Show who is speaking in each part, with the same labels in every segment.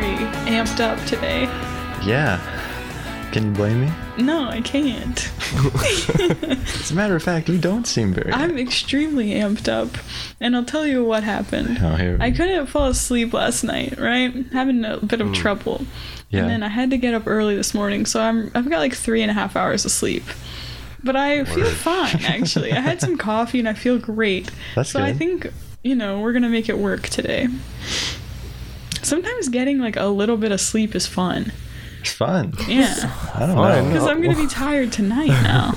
Speaker 1: amped up today.
Speaker 2: Yeah. Can you blame me?
Speaker 1: No, I can't.
Speaker 2: As a matter of fact, you don't seem very.
Speaker 1: I'm extremely amped up, and I'll tell you what happened.
Speaker 2: Oh, here.
Speaker 1: I couldn't fall asleep last night, right? Having a bit of trouble.
Speaker 2: Hmm. Yeah.
Speaker 1: And then I had to get up early this morning, so I'm I've got like three and a half hours of sleep. But I feel
Speaker 3: Word.
Speaker 1: fine actually. I had some coffee and I feel great.
Speaker 2: That's
Speaker 1: uh, so I
Speaker 2: good.
Speaker 1: think you know we're gonna make it work today. Sometimes getting like a little bit of sleep is fun.
Speaker 2: It's fun.
Speaker 1: Yeah,
Speaker 2: I don't
Speaker 3: Fun.
Speaker 2: know.
Speaker 1: because I'm gonna be tired tonight now,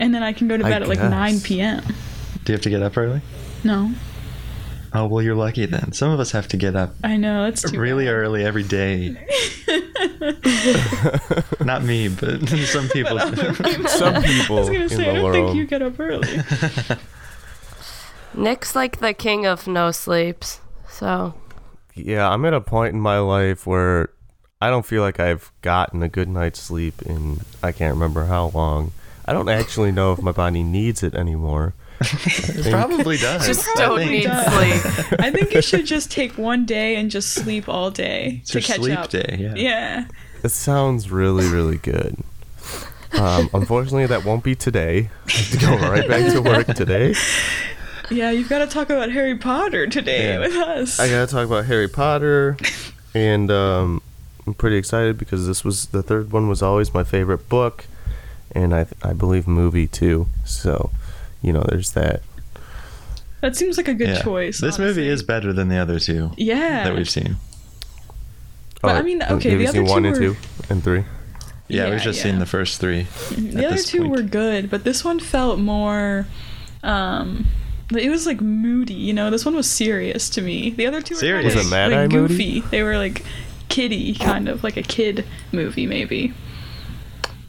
Speaker 1: and then I can go to
Speaker 3: I
Speaker 1: bed at like
Speaker 3: guess.
Speaker 1: 9 p.m.
Speaker 2: Do you have to get up early?
Speaker 1: No,
Speaker 2: Oh well, you're lucky then. Some of us have to get up
Speaker 1: I know that's too
Speaker 2: really early every day. Not me, but some people.
Speaker 3: Some people
Speaker 1: I was gonna
Speaker 3: in
Speaker 1: say
Speaker 3: the
Speaker 1: I don't
Speaker 3: world.
Speaker 1: think you get up early.
Speaker 4: Nick's like the king of no sleeps. So
Speaker 3: yeah, I'm at a point in my life where I don't feel like I've gotten a good night's sleep in I can't remember how long. I don't actually know if my body needs it anymore.
Speaker 2: It probably does.
Speaker 4: just
Speaker 2: I
Speaker 4: don't
Speaker 2: think.
Speaker 4: need
Speaker 1: does.
Speaker 4: sleep.
Speaker 1: I think you should just take one day and just sleep all day
Speaker 2: It's
Speaker 1: to
Speaker 2: your
Speaker 1: catch
Speaker 2: sleep
Speaker 1: up.
Speaker 2: day. Yeah.
Speaker 1: Yeah.
Speaker 3: It sounds really, really good. Um, unfortunately, that won't be today. I have to go right back to work today.
Speaker 1: Yeah, you've got to talk about Harry Potter today
Speaker 2: Yeah.
Speaker 1: with us.
Speaker 3: I gotta talk about Harry Potter, and um, I'm pretty excited because this was the third one was always my favorite book, and I I believe movie too. So, you know, there's that.
Speaker 1: that seems like a good
Speaker 2: Yeah.
Speaker 1: choice.
Speaker 2: This movie
Speaker 1: honestly.
Speaker 2: is better than the other two
Speaker 1: Yeah.
Speaker 2: that we've seen.
Speaker 1: But, I mean, okay,
Speaker 3: have
Speaker 1: the
Speaker 3: Oh, you seen
Speaker 1: other two
Speaker 3: one and
Speaker 1: were-
Speaker 3: two and three.
Speaker 2: Yeah,
Speaker 1: Yeah,
Speaker 2: we've just
Speaker 1: yeah.
Speaker 2: seen the first three.
Speaker 1: the other
Speaker 2: this
Speaker 1: two
Speaker 2: point.
Speaker 1: were good, but this one felt more. Um, it was like moody, you know. This one was serious to me. The other two were kinda,
Speaker 2: Serious?
Speaker 3: Was it Mad
Speaker 1: like
Speaker 3: Eye
Speaker 1: goofy.
Speaker 3: moody?
Speaker 1: They were like kiddie, kind of like a kid movie, maybe.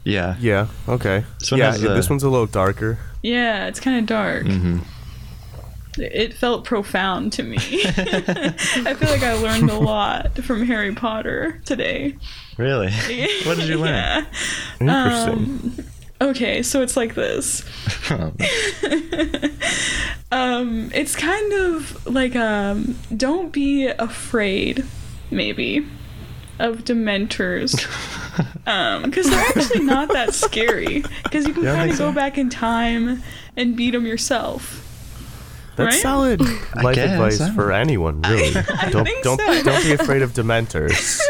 Speaker 2: Yeah.
Speaker 3: Yeah. Okay.
Speaker 2: This one
Speaker 3: yeah.
Speaker 2: has a-
Speaker 3: This one's a little darker.
Speaker 1: Yeah, it's kind of dark.
Speaker 2: hmm
Speaker 1: It felt profound to me. I feel like I learned a lot from Harry Potter today.
Speaker 2: Really? what did you learn?
Speaker 1: Yeah. Um,
Speaker 3: Interesting.
Speaker 1: Okay, so it's like this.
Speaker 2: Oh,
Speaker 1: Um, it's kind of like um, don't be afraid, maybe, of Dementors. Um, because they're actually not that scary. Because you can
Speaker 2: Yeah, I
Speaker 1: kind
Speaker 2: think
Speaker 1: of go
Speaker 2: so.
Speaker 1: back in time and beat them yourself.
Speaker 3: That's
Speaker 1: right?
Speaker 3: solid life
Speaker 2: guess,
Speaker 3: advice
Speaker 2: I don't
Speaker 3: for
Speaker 2: know.
Speaker 3: anyone, really. don't
Speaker 1: think
Speaker 3: don't
Speaker 1: so.
Speaker 3: don't be afraid of dementors.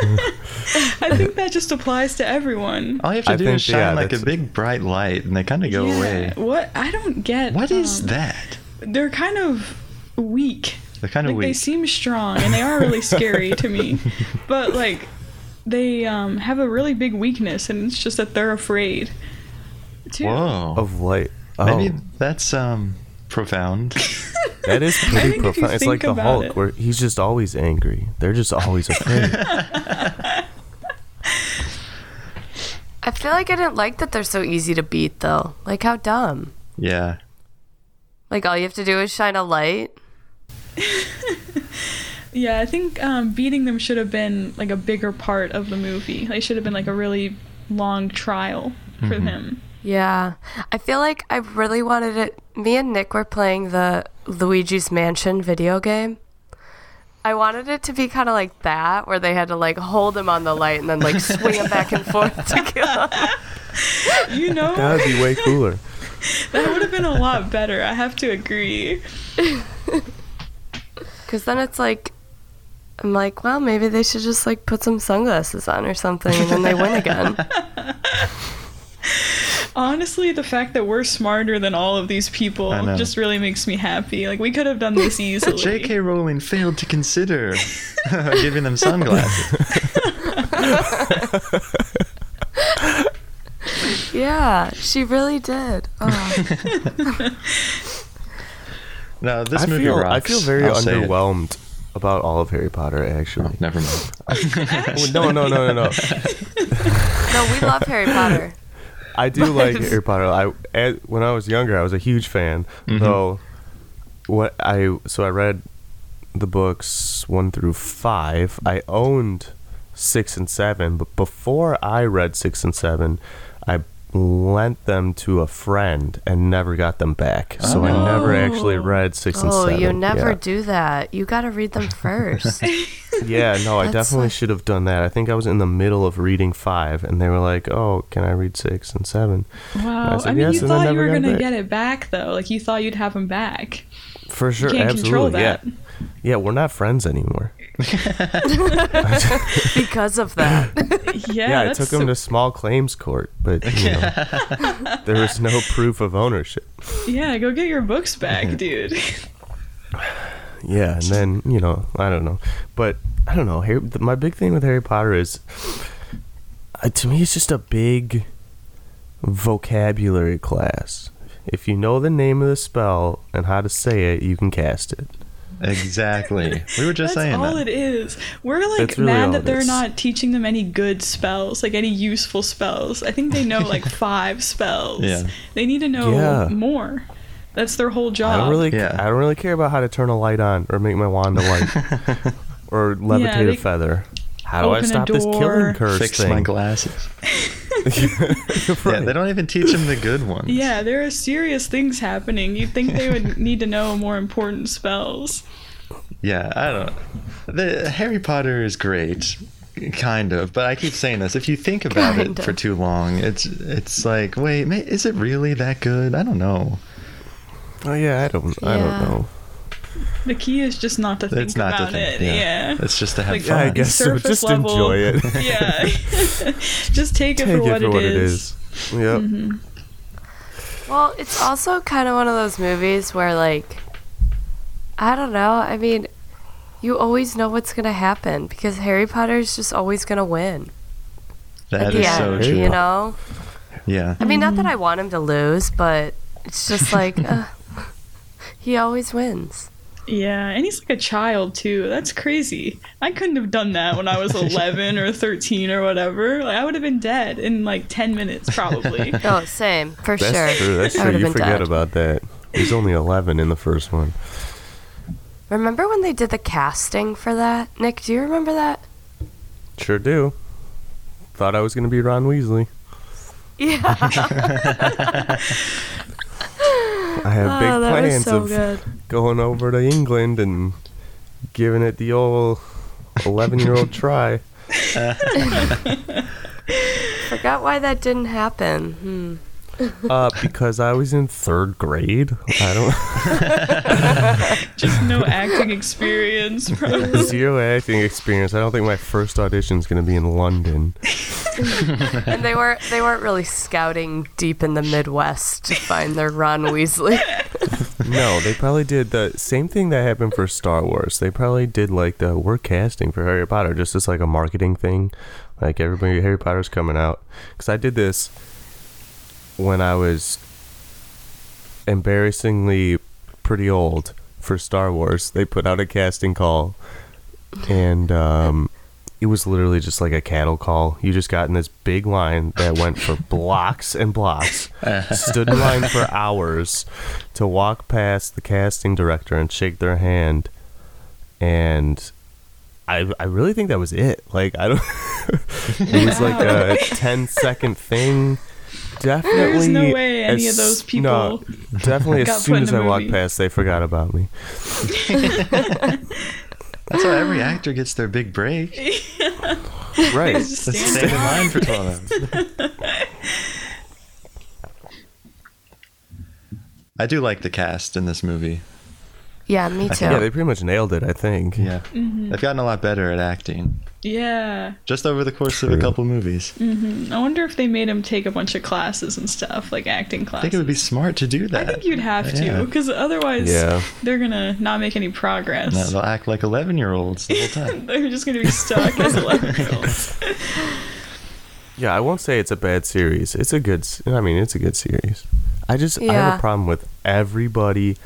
Speaker 1: I think that just applies to everyone.
Speaker 2: All you have to
Speaker 3: I
Speaker 2: do
Speaker 3: think,
Speaker 2: is shine
Speaker 3: yeah,
Speaker 2: like a
Speaker 3: that's-
Speaker 2: big bright light, and they kind of go
Speaker 1: Yeah,
Speaker 2: away.
Speaker 1: What I don't get.
Speaker 2: What is
Speaker 1: um,
Speaker 2: that?
Speaker 1: They're kind of weak.
Speaker 2: They're kind of
Speaker 1: like they
Speaker 2: weak.
Speaker 1: seem strong and they are really scary to me but like they um, have a really big weakness and it's just that they're afraid too
Speaker 2: Whoa.
Speaker 3: of light. Oh,
Speaker 2: Maybe that's um profound.
Speaker 3: that is
Speaker 1: I think
Speaker 3: pretty
Speaker 1: if you
Speaker 3: profound. It's like
Speaker 1: think
Speaker 3: the
Speaker 1: about
Speaker 3: Hulk,
Speaker 1: it-
Speaker 3: where he's just always angry. They're just always afraid.
Speaker 4: I feel like I didn't like that they're so easy to beat though. Like how dumb.
Speaker 2: yeah.
Speaker 4: Like all you have to do is shine a light.
Speaker 1: yeah i think um, beating them should have been like a bigger part of the movie they should have been like a really long trial for
Speaker 3: Mm-hmm.
Speaker 1: them
Speaker 4: Yeah. I feel like I really wanted it. Me and Nick were playing the Luigi's Mansion video game. I wanted it to be kind of like that, where they had to like hold him on the light and then like swing him back and forth to kill him.
Speaker 1: you know
Speaker 3: that would be way cooler.
Speaker 1: that would have been a lot better i have to agree
Speaker 4: Because then it's like, I'm like, well, maybe they should just like put some sunglasses on or something, and then they win again.
Speaker 1: honestly the fact that we're smarter than all of these people
Speaker 2: I know.
Speaker 1: just really makes me happy like we could have done this easily
Speaker 2: J.K. Rowling failed to consider giving them sunglasses.
Speaker 4: yeah, she really did. Oh.
Speaker 2: No, this
Speaker 3: I
Speaker 2: movie
Speaker 3: feel
Speaker 2: rocks.
Speaker 3: I feel very
Speaker 2: I'll say it.
Speaker 3: underwhelmed about all of Harry Potter. Actually,
Speaker 2: Never mind.
Speaker 3: Oh, no, no, no, no, no.
Speaker 4: No, we love Harry Potter.
Speaker 3: I do like Harry Potter. I as, when I was younger, I was a huge fan. Though, what I so I read the books one through five. I owned six and seven, but before I read six and seven, I lent them to a friend and never got them back. So I never actually read six and
Speaker 4: Oh,
Speaker 3: seven.
Speaker 4: you never
Speaker 3: yeah.
Speaker 4: do that. You got to read them first.
Speaker 3: Yeah, no, I
Speaker 4: That's
Speaker 3: definitely
Speaker 4: like-
Speaker 3: should have done that. I think I was in the middle of reading five, and they were like, "Oh, can I read six and seven?
Speaker 1: Wow.
Speaker 3: I
Speaker 1: I,
Speaker 3: said
Speaker 1: mean,
Speaker 3: yes,
Speaker 1: you
Speaker 3: and I
Speaker 1: thought you
Speaker 3: never
Speaker 1: were
Speaker 3: got
Speaker 1: going to
Speaker 3: back.
Speaker 1: get it back, though. Like, you thought you'd have them back.
Speaker 3: For sure,
Speaker 1: can't control
Speaker 3: absolutely, yeah,
Speaker 1: that.
Speaker 3: yeah. We're not friends anymore.
Speaker 4: because of that.
Speaker 1: Yeah.
Speaker 3: Yeah, I
Speaker 1: that's
Speaker 3: took him
Speaker 1: so-
Speaker 3: to small claims court, but you know, there was no proof of ownership.
Speaker 1: Yeah, go get your books back, dude.
Speaker 3: Yeah, and then you know, I don't know, but I don't know. Harry, th- my big thing with Harry Potter is, uh, to me, it's just a big vocabulary class. If you know the name of the spell and how to say it, you can cast it.
Speaker 2: Exactly. We were just
Speaker 1: That's
Speaker 2: saying
Speaker 1: all
Speaker 2: that.
Speaker 1: it is. We're like
Speaker 3: That's really all
Speaker 1: mad
Speaker 3: it
Speaker 1: that they're
Speaker 3: is.
Speaker 1: not teaching them any good spells, like any useful spells. I think they know like five spells.
Speaker 2: Yeah.
Speaker 1: They need to know
Speaker 3: Yeah.
Speaker 1: more. That's their whole job.
Speaker 3: I don't really, ca-
Speaker 2: Yeah.
Speaker 3: I don't really care about how to turn a light on or make my wand a light or levitate a
Speaker 1: they-
Speaker 3: feather. How do I
Speaker 1: Open a
Speaker 3: stop this
Speaker 1: door.
Speaker 3: killing curse
Speaker 2: Fix
Speaker 3: thing?
Speaker 2: my glasses. Yeah,
Speaker 3: Right.
Speaker 2: they don't even teach them the good ones.
Speaker 1: Yeah, there are serious things happening. You'd think they would need to know more important spells.
Speaker 2: Yeah, I don't. The Harry Potter is great, kind of. But I keep saying this. If you think about
Speaker 4: Kind
Speaker 2: it
Speaker 4: of.
Speaker 2: for too long, it's it's like, wait, ma- is it really that good? I don't know.
Speaker 3: Oh yeah, I don't, I don't
Speaker 4: Yeah.
Speaker 3: know.
Speaker 1: The key is just not to think
Speaker 2: It's not
Speaker 1: about
Speaker 2: to think.
Speaker 1: it.
Speaker 2: yeah.
Speaker 1: Yeah.
Speaker 2: it's just to have
Speaker 1: Like,
Speaker 2: fun.
Speaker 3: I guess so.
Speaker 1: Surface
Speaker 3: Just
Speaker 1: level.
Speaker 3: enjoy it.
Speaker 1: Yeah. just take it Mm-hmm.
Speaker 3: Take
Speaker 1: for what,
Speaker 3: it for what it is. Yep.
Speaker 4: Well, it's also kind of one of those movies where, like, I don't know. I mean, you always know what's going to happen because Harry Potter's just always going to win.
Speaker 2: That
Speaker 4: at
Speaker 2: is
Speaker 4: the
Speaker 2: so
Speaker 4: end,
Speaker 2: true.
Speaker 4: you know?
Speaker 2: Yeah.
Speaker 4: I mean, not that I want him to lose, but it's just like, uh, he always wins.
Speaker 1: Yeah, and he's like a child too. That's crazy. I couldn't have done that when I was 11 or 13 or whatever. Like I would have been dead in like 10 minutes probably.
Speaker 4: Oh, same, for
Speaker 3: That's
Speaker 4: sure.
Speaker 3: true. That's
Speaker 4: I
Speaker 3: true.
Speaker 4: would've
Speaker 3: You
Speaker 4: been
Speaker 3: forget
Speaker 4: dead.
Speaker 3: about that. He's only 11 in the first one.
Speaker 4: Remember when they did the casting for that? Nick, do you remember that?
Speaker 3: Sure do. Thought I was gonna be Ron Weasley.
Speaker 4: Yeah.
Speaker 3: I have big
Speaker 4: Oh, that
Speaker 3: plans
Speaker 4: was so
Speaker 3: of
Speaker 4: good.
Speaker 3: going over to England and giving it the old 11 year old try.
Speaker 4: Forgot why that didn't happen. Hmm.
Speaker 3: Uh, because I was in third grade. I don't.
Speaker 1: Just no acting experience. Probably.
Speaker 3: Zero acting experience. I don't think my first audition is going to be in London.
Speaker 4: And they were they weren't really scouting deep in the Midwest to find their Ron Weasley.
Speaker 3: No, they probably did the same thing that happened for Star Wars. They probably did like the we're casting for Harry Potter just as like a marketing thing. Like everybody, Harry Potter's coming out. Because I did this when I was embarrassingly pretty old for Star Wars. They put out a casting call, and um, it was literally just like a cattle call. You just got in this big line that went for blocks and blocks. Stood in line for hours to walk past the casting director and shake their hand, and. I, I really think that was it. Like I don't. it was like a 10 second thing. Definitely.
Speaker 1: There's no way any
Speaker 3: as-
Speaker 1: of those people.
Speaker 3: no, Definitely,
Speaker 1: got
Speaker 3: as
Speaker 1: put
Speaker 3: soon
Speaker 1: in
Speaker 3: as
Speaker 1: a
Speaker 3: I walked
Speaker 1: movie.
Speaker 3: past, they forgot about me.
Speaker 2: That's why every actor gets their big break.
Speaker 3: Right.
Speaker 1: Just
Speaker 2: Let's
Speaker 1: stand
Speaker 2: stay in line for 12 hours. I do like the cast in this movie.
Speaker 4: Yeah, me too.
Speaker 3: yeah, they pretty much nailed it. I think.
Speaker 2: Yeah.
Speaker 1: Mm-hmm.
Speaker 2: They've gotten a lot better at acting
Speaker 1: Yeah.
Speaker 2: just over the course of a
Speaker 3: True.
Speaker 2: couple movies.
Speaker 1: I wonder if they made him take a bunch of classes and stuff, like acting
Speaker 2: I
Speaker 1: classes.
Speaker 2: think it would be smart to do
Speaker 1: I
Speaker 2: that.
Speaker 1: think you'd have
Speaker 2: Yeah.
Speaker 1: to, because otherwise
Speaker 3: Yeah.
Speaker 1: they're gonna not make any progress.
Speaker 2: No, they'll act like 11 year olds the whole time.
Speaker 1: They're just gonna be stuck as 11 year olds.
Speaker 3: Yeah, I won't say it's a bad series. It's a good. s- I mean, it's a good series. I just I have
Speaker 4: Yeah.
Speaker 3: a problem with everybody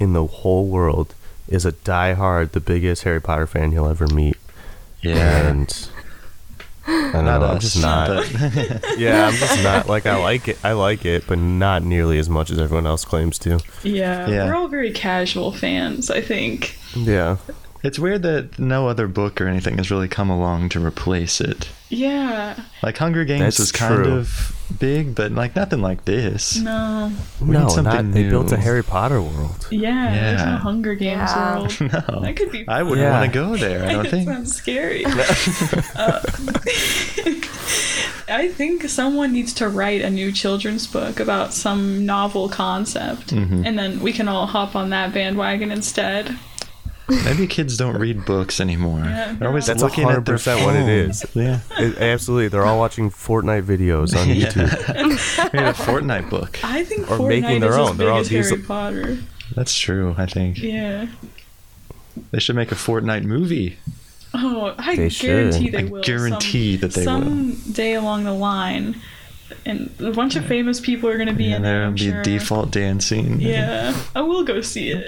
Speaker 3: in the whole world is a diehard, the biggest Harry Potter fan you'll ever meet, and. I don't
Speaker 2: Not
Speaker 3: know, I'm
Speaker 2: us.
Speaker 3: just not.
Speaker 2: but-
Speaker 3: Yeah, I'm just not. Like, I like it. I like it, but not nearly as much as everyone else claims to.
Speaker 1: Yeah,
Speaker 2: Yeah.
Speaker 1: we're all very casual fans, I think.
Speaker 3: Yeah.
Speaker 2: It's weird that no other book or anything has really come along to replace it.
Speaker 1: Yeah.
Speaker 2: Like Hunger Games
Speaker 3: That's
Speaker 2: was kind
Speaker 3: true.
Speaker 2: of big, but like nothing like this.
Speaker 1: No.
Speaker 2: We need
Speaker 3: no,
Speaker 2: something
Speaker 3: not, they built a
Speaker 2: new.
Speaker 3: Harry Potter world.
Speaker 1: Yeah. There's no
Speaker 2: Yeah.
Speaker 1: Hunger Games
Speaker 4: Yeah.
Speaker 1: world.
Speaker 2: No.
Speaker 1: That could be.
Speaker 2: I wouldn't
Speaker 3: Yeah.
Speaker 2: want to go there. I don't
Speaker 1: It
Speaker 2: think.
Speaker 1: sounds scary. Uh, I think someone needs to write a new children's book about some novel concept, and then we can all hop on that bandwagon instead.
Speaker 2: Maybe kids don't read books anymore.
Speaker 1: Yeah,
Speaker 2: They're always
Speaker 3: That's
Speaker 2: looking at their
Speaker 3: 100% what it
Speaker 2: phone.
Speaker 3: is.
Speaker 2: Yeah.
Speaker 3: It- absolutely, they're all watching Fortnite videos on
Speaker 2: Yeah.
Speaker 3: YouTube.
Speaker 2: Maybe a Fortnite book.
Speaker 1: I think
Speaker 3: Or
Speaker 1: Fortnite
Speaker 3: making their
Speaker 1: is as
Speaker 3: own. They're
Speaker 1: big
Speaker 3: all
Speaker 1: as
Speaker 3: these-
Speaker 1: Harry Potter.
Speaker 2: That's true, I think.
Speaker 1: Yeah.
Speaker 2: They should make a Fortnite movie.
Speaker 1: Oh, I
Speaker 3: They
Speaker 1: guarantee
Speaker 3: should.
Speaker 1: they
Speaker 2: I
Speaker 1: will.
Speaker 2: guarantee
Speaker 1: some,
Speaker 2: that they
Speaker 1: some day along the line, and a bunch of famous people are going to be
Speaker 2: Yeah,
Speaker 1: in there.
Speaker 2: there'll
Speaker 1: I'm
Speaker 2: be
Speaker 1: sure.
Speaker 2: default dancing.
Speaker 1: Yeah, I will go see it.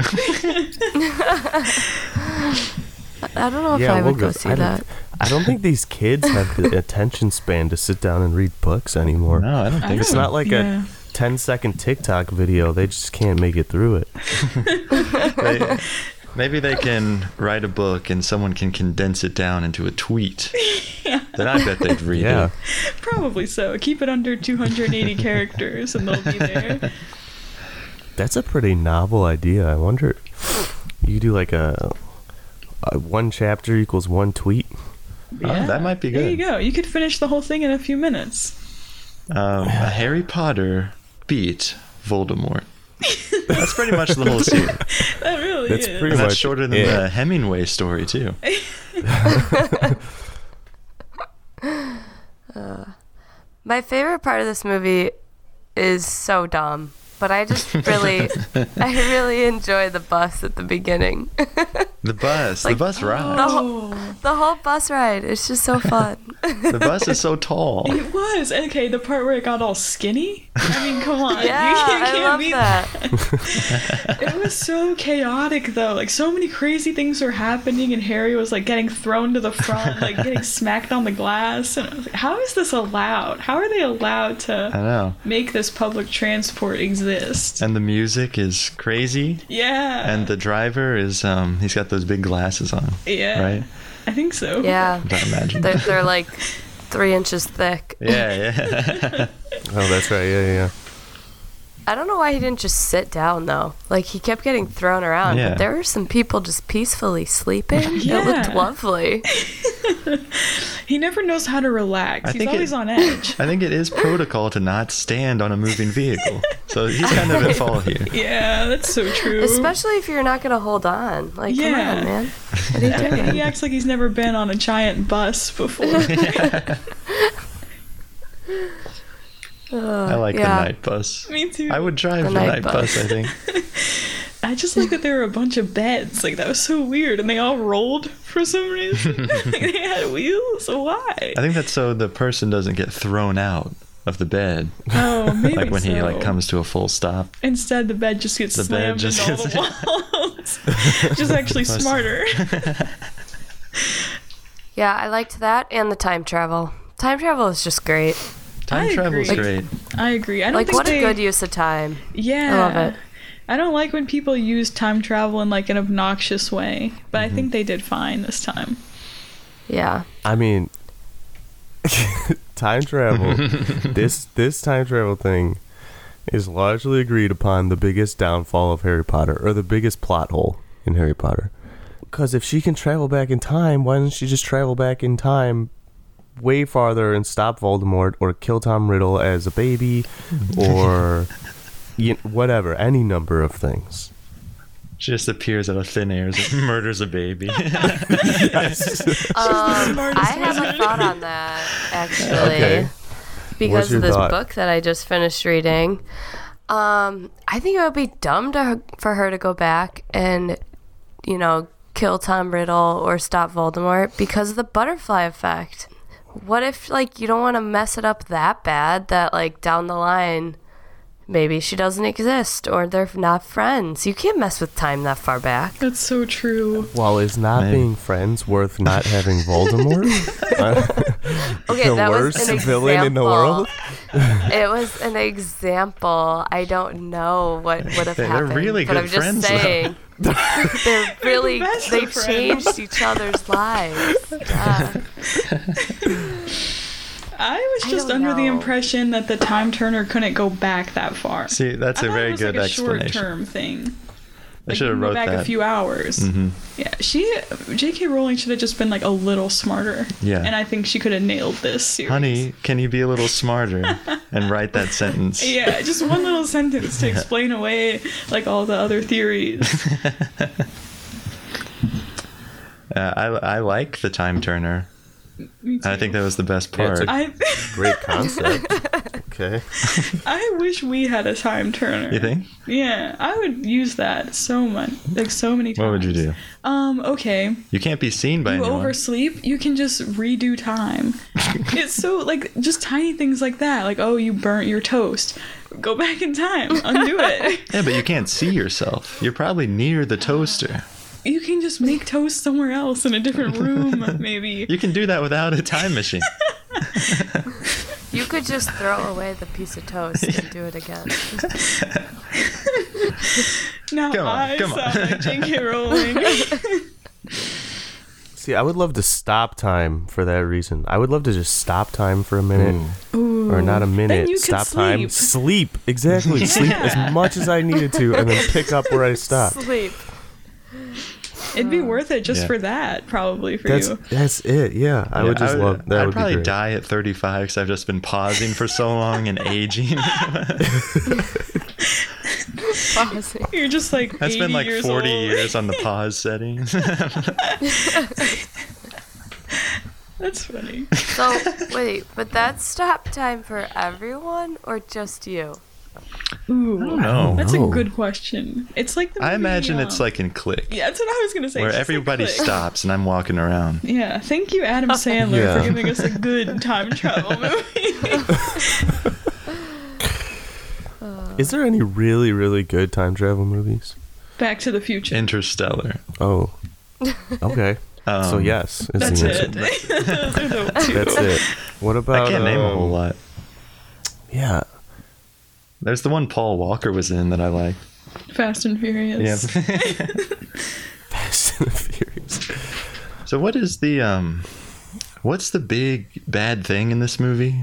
Speaker 4: I don't know if I would go, see
Speaker 3: I
Speaker 4: that.
Speaker 3: Don't, I don't think these kids have the attention span to sit down and read books anymore.
Speaker 2: No, I don't
Speaker 1: I
Speaker 2: think
Speaker 1: don't-
Speaker 2: so.
Speaker 3: It's not like
Speaker 1: Yeah.
Speaker 3: a 10 second TikTok video. They just can't make it through it.
Speaker 2: They- maybe they can write a book and someone can condense it down into a tweet. Then I bet they'd read
Speaker 3: Yeah.
Speaker 2: it.
Speaker 1: Probably so. Keep it under 280 characters, and they'll be there.
Speaker 2: Oh,
Speaker 3: That's a pretty novel idea. I wonder. You do like a, a one chapter equals one tweet.
Speaker 2: Oh, that might be
Speaker 1: There you
Speaker 2: good.
Speaker 1: go. You could finish the whole thing in a few minutes.
Speaker 2: Um, a Harry Potter beat Voldemort. That's pretty much the whole series.
Speaker 1: That really
Speaker 3: That's
Speaker 1: is.
Speaker 3: pretty
Speaker 2: And
Speaker 3: much.
Speaker 2: that's shorter than
Speaker 3: it.
Speaker 2: the Hemingway story too.
Speaker 4: My favorite part of this movie is so dumb, but I just really, I really enjoy the bus at the beginning.
Speaker 2: The bus,
Speaker 4: Like-
Speaker 2: the bus
Speaker 1: oh.
Speaker 2: ride.
Speaker 4: The whole,
Speaker 2: Oh.
Speaker 4: the whole bus ride. It's just so fun.
Speaker 2: The bus is so tall.
Speaker 1: It was okay. The part where it got all skinny. I mean, come on. you,
Speaker 4: yeah,
Speaker 1: you can't
Speaker 4: I love
Speaker 1: beat
Speaker 4: that.
Speaker 1: It was so chaotic though. Like so many crazy things were happening, and Harry was like getting thrown to the front, like getting smacked on the glass. And I was like, how is this allowed? How are they allowed to
Speaker 2: I know.
Speaker 1: make this public transport exist?
Speaker 2: And the music is crazy.
Speaker 1: Yeah.
Speaker 2: And the driver is um he's got those big glasses on.
Speaker 1: yeah.
Speaker 2: Right?
Speaker 1: I think so.
Speaker 4: Yeah,
Speaker 2: I imagine.
Speaker 4: they're, they're like three inches thick.
Speaker 2: yeah, yeah.
Speaker 3: Oh, that's right. Yeah, yeah, yeah.
Speaker 4: I don't know why he didn't just sit down though. Like he kept getting thrown around.
Speaker 2: Yeah.
Speaker 4: But there were some people just peacefully sleeping. It
Speaker 1: Yeah.
Speaker 4: looked lovely.
Speaker 1: He never knows how to relax.
Speaker 2: I
Speaker 1: He's
Speaker 2: think it-
Speaker 1: always on edge.
Speaker 2: I think it is protocol to not stand on a moving vehicle. So he's kind of at fault here.
Speaker 1: yeah, that's so true.
Speaker 4: Especially if you're not gonna hold on. Like
Speaker 1: Yeah.
Speaker 4: come on, man. What are you doing?
Speaker 1: he acts like he's never been on a giant bus before.
Speaker 2: I like
Speaker 4: yeah.
Speaker 2: the night bus.
Speaker 1: Me too.
Speaker 2: I would drive the, night, bus. I think.
Speaker 1: I just like that there were a bunch of beds. Like that was so weird, and they all rolled for some reason. like they had wheels. Why?
Speaker 2: I think that's so the person doesn't get thrown out of the bed,
Speaker 1: Oh, maybe
Speaker 2: like when he
Speaker 1: so.
Speaker 2: like comes to a full stop.
Speaker 1: Instead, the bed just gets
Speaker 2: The
Speaker 1: slammed
Speaker 2: bed just
Speaker 1: into all
Speaker 2: gets-
Speaker 1: the walls. just actually
Speaker 2: Must-
Speaker 1: smarter.
Speaker 4: Yeah, I liked that and the time travel. Time travel is just great.
Speaker 2: Time
Speaker 1: I
Speaker 2: travel's
Speaker 1: agree.
Speaker 2: great.
Speaker 1: I agree. I don't
Speaker 4: Like
Speaker 1: think
Speaker 4: what
Speaker 1: they,
Speaker 4: a good use of time.
Speaker 1: Yeah.
Speaker 4: I love it.
Speaker 1: I don't like when people use time travel in like an obnoxious way, but I
Speaker 2: Mm-hmm.
Speaker 1: think they did fine this time.
Speaker 4: Yeah.
Speaker 3: I mean, time travel. this this time travel thing is largely agreed upon the biggest downfall of Harry Potter, or the biggest plot hole in Harry Potter. Because if she can travel back in time, why doesn't she just travel back in time? Way farther and stop Voldemort or kill Tom Riddle as a baby or you whatever, any number of things.
Speaker 2: She just appears out of thin air, and murders a baby.
Speaker 4: Um,
Speaker 1: smartest
Speaker 4: I have a thought on that actually,
Speaker 3: Okay.
Speaker 4: because
Speaker 3: your
Speaker 4: of this
Speaker 3: thought?
Speaker 4: book that I just finished reading. Um, I think it would be dumb to, for her to go back and, you know, kill Tom Riddle or stop Voldemort because of the butterfly effect. What if like you don't want to mess it up that bad that like down the line, maybe she doesn't exist or they're not friends. You can't mess with time that far back.
Speaker 1: That's so true.
Speaker 3: Well, is not
Speaker 2: Maybe.
Speaker 3: being friends worth not having Voldemort?
Speaker 4: Okay,
Speaker 3: the
Speaker 4: that
Speaker 3: worst
Speaker 4: was an
Speaker 3: villain in the world.
Speaker 4: It was an example. I don't know what would have
Speaker 2: They're
Speaker 4: happened.
Speaker 2: really
Speaker 4: but
Speaker 2: good
Speaker 4: I'm just
Speaker 2: friends, though.
Speaker 4: saying. They're really
Speaker 1: best
Speaker 4: they
Speaker 1: of friends.
Speaker 4: changed each other's lives. Uh, Yeah.
Speaker 1: I was
Speaker 4: I
Speaker 1: just
Speaker 4: don't
Speaker 1: under the
Speaker 4: know.
Speaker 1: impression that the time turner couldn't go back that far.
Speaker 2: See, that's
Speaker 1: I
Speaker 2: a
Speaker 1: thought it
Speaker 2: very
Speaker 1: was,
Speaker 2: good
Speaker 1: like a
Speaker 2: explanation.
Speaker 1: Short-term thing.
Speaker 2: They
Speaker 1: Like,
Speaker 2: should have
Speaker 1: you
Speaker 2: wrote
Speaker 1: back
Speaker 2: that.
Speaker 1: a few hours.
Speaker 2: hmm
Speaker 1: Yeah, she J.K. Rowling should have just been like a little smarter.
Speaker 2: Yeah.
Speaker 1: and I think she could have nailed this series.
Speaker 2: Honey, can you be a little smarter and write that sentence?
Speaker 1: Yeah, just one little sentence to explain away like all the other theories.
Speaker 2: Uh, I, I like the time turner.
Speaker 1: Me
Speaker 2: I
Speaker 1: too.
Speaker 2: think that was the best
Speaker 3: Yeah, it's
Speaker 2: part.
Speaker 3: a-
Speaker 1: I
Speaker 3: Great concept. okay.
Speaker 1: I wish we had a time turner.
Speaker 2: you think?
Speaker 1: Yeah, I would use that so much, like so many times.
Speaker 2: What would you do?
Speaker 1: Um, okay.
Speaker 2: You can't be seen by
Speaker 1: you
Speaker 2: anyone.
Speaker 1: oversleep, you can just redo time. it's so like just tiny things like that. Like, oh, you burnt your toast. Go back in time, undo it.
Speaker 2: yeah, but you can't see yourself. You're probably near the toaster.
Speaker 1: You can just make toast somewhere else in a different room, maybe.
Speaker 2: You can do that without a time machine.
Speaker 4: You could just throw away the piece of toast and do it again.
Speaker 1: Now
Speaker 2: Come on,
Speaker 1: I
Speaker 2: come on.
Speaker 1: sound like J.K. Rowling.
Speaker 3: See, I would love to stop time for that reason. I would love to just stop time for a minute, or not a minute.
Speaker 1: you could
Speaker 3: stop time. Sleep exactly. Sleep as much as I needed to, and then pick up where I stopped.
Speaker 4: Sleep.
Speaker 1: It'd be worth it just
Speaker 2: Yeah.
Speaker 1: for that, probably for
Speaker 3: That's
Speaker 1: you.
Speaker 3: that's it. Yeah, I would
Speaker 2: Yeah,
Speaker 3: just love that.
Speaker 2: I'd
Speaker 3: would
Speaker 2: probably
Speaker 3: be great.
Speaker 2: die at 35 because I've just been pausing for so long and aging.
Speaker 4: Pausing.
Speaker 1: You're just like
Speaker 2: That's
Speaker 1: 80
Speaker 2: been like
Speaker 1: years old.
Speaker 2: 40 years on the pause setting.
Speaker 1: That's funny.
Speaker 4: So wait, but that's stop time for everyone or just you?
Speaker 1: Ooh,
Speaker 2: no.
Speaker 1: that's a
Speaker 3: No.
Speaker 1: good question. It's like the
Speaker 2: I
Speaker 1: movie,
Speaker 2: imagine it's
Speaker 1: um,
Speaker 2: like in Click,
Speaker 1: yeah, that's what I was gonna say.
Speaker 2: where
Speaker 1: It's just like
Speaker 2: everybody
Speaker 1: click.
Speaker 2: stops and I'm walking around.
Speaker 1: Yeah, thank you, Adam Sandler,
Speaker 3: Yeah.
Speaker 1: for giving us a good time travel movie.
Speaker 3: Is there any really really good time travel movies?
Speaker 1: Back to the Future.
Speaker 2: Interstellar.
Speaker 3: Oh, okay.
Speaker 2: Um,
Speaker 3: so yes, is
Speaker 1: That's
Speaker 3: the
Speaker 1: it.
Speaker 3: answer.
Speaker 1: Those are the two.
Speaker 3: That's it. What about?
Speaker 2: I can't name a whole
Speaker 3: um,
Speaker 2: lot.
Speaker 3: Yeah,
Speaker 2: There's the one Paul Walker was in that I like.
Speaker 1: Fast and Furious.
Speaker 2: Yeah.
Speaker 3: Fast and the Furious.
Speaker 2: so what is the um, what's the big bad thing in this movie?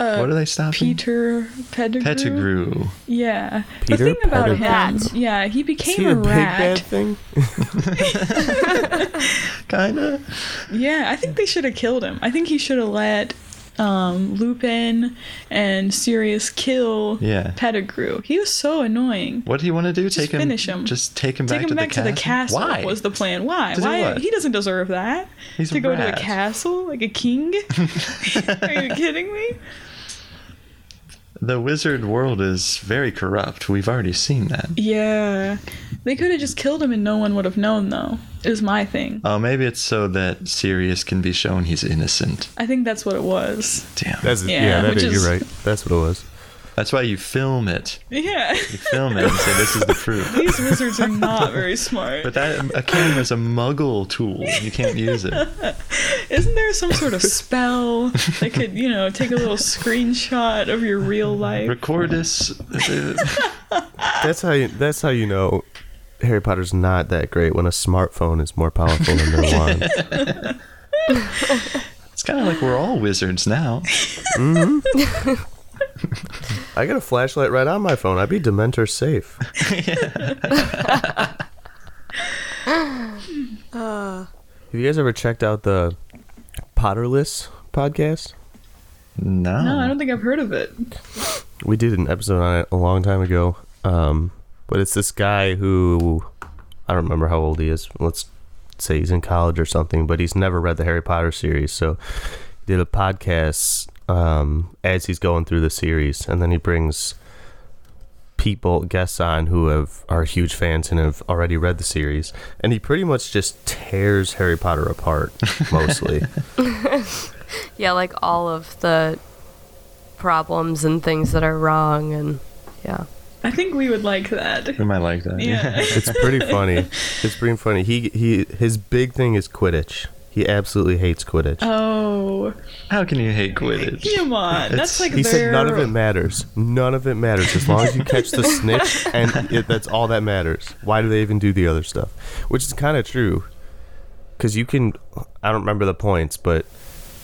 Speaker 1: Uh,
Speaker 2: what are they stopping?
Speaker 1: Peter Pettigrew.
Speaker 2: Pettigrew.
Speaker 1: Yeah.
Speaker 3: Peter
Speaker 1: the thing about
Speaker 4: Pettigrew.
Speaker 1: him,
Speaker 4: Rat.
Speaker 1: yeah, he
Speaker 3: Is
Speaker 1: became
Speaker 3: he
Speaker 1: a,
Speaker 3: a big
Speaker 1: rat.
Speaker 3: bad thing?
Speaker 2: Kinda.
Speaker 1: Yeah, I think they should have killed him. I think he should have let um, Lupin and Sirius kill
Speaker 2: Yeah.
Speaker 1: Pettigrew. He was so annoying.
Speaker 2: What do you want to do?
Speaker 1: Just
Speaker 2: take him.
Speaker 1: finish him.
Speaker 2: Just take him
Speaker 1: Take
Speaker 2: back,
Speaker 1: him
Speaker 2: to,
Speaker 1: back
Speaker 2: the
Speaker 1: to the
Speaker 2: castle.
Speaker 1: castle
Speaker 2: Why?
Speaker 1: was the plan. Why?
Speaker 2: To do
Speaker 1: Why?
Speaker 2: what?
Speaker 1: He doesn't deserve that.
Speaker 2: He's
Speaker 1: to
Speaker 2: a
Speaker 1: go to
Speaker 2: rat.
Speaker 1: a castle like a king? Are you kidding me?
Speaker 2: The wizard world is very corrupt. We've already seen that.
Speaker 1: Yeah. They could have just killed him and no one would have known, though, is my thing.
Speaker 2: Oh, maybe it's so that Sirius can be shown he's innocent.
Speaker 1: I think that's what it was.
Speaker 2: Damn. That's,
Speaker 3: That's
Speaker 1: Yeah,
Speaker 3: yeah, that
Speaker 1: which
Speaker 3: is,
Speaker 1: is-
Speaker 3: you're right. That's what it was.
Speaker 2: why you film it.
Speaker 1: Yeah.
Speaker 2: You film it and say this is the proof.
Speaker 1: These wizards are not very smart.
Speaker 2: But that a camera's a muggle tool. You can't use it.
Speaker 1: Isn't there some sort of spell that could, you know, take a little screenshot of your real life?
Speaker 2: Record this. uh,
Speaker 3: That's how you, that's how you know Harry Potter's not that great when a smartphone is more powerful than their wand.
Speaker 2: it's kind of like we're all wizards now.
Speaker 3: I got a flashlight right on my phone. I'd be Dementor safe. Have you guys ever checked out the Potterless podcast?
Speaker 2: No.
Speaker 1: No, I don't think I've heard of it.
Speaker 3: We did an episode on it a long time ago. Um, but it's this guy who I don't remember how old he is. Let's say he's in college or something, but he's never read the Harry Potter series. So he did a podcast um, as he's going through the series, and then he brings people guests on who have are huge fans and have already read the series and he pretty much just tears harry potter apart mostly
Speaker 4: Yeah, like all of the problems and things that are wrong and yeah.
Speaker 1: I think we would like that.
Speaker 2: We might like that.
Speaker 1: Yeah.
Speaker 3: it's pretty funny it's pretty funny he he his big thing is quidditch He absolutely hates Quidditch.
Speaker 1: Oh,
Speaker 2: How can you hate Quidditch?
Speaker 1: come on.
Speaker 2: It's-
Speaker 1: That's like
Speaker 3: he
Speaker 1: their...
Speaker 3: said none of it matters. None of it matters as long as you catch the snitch, and it, that's all that matters. Why do they even do the other stuff? Which is kind of true, because you can. I don't remember the points, but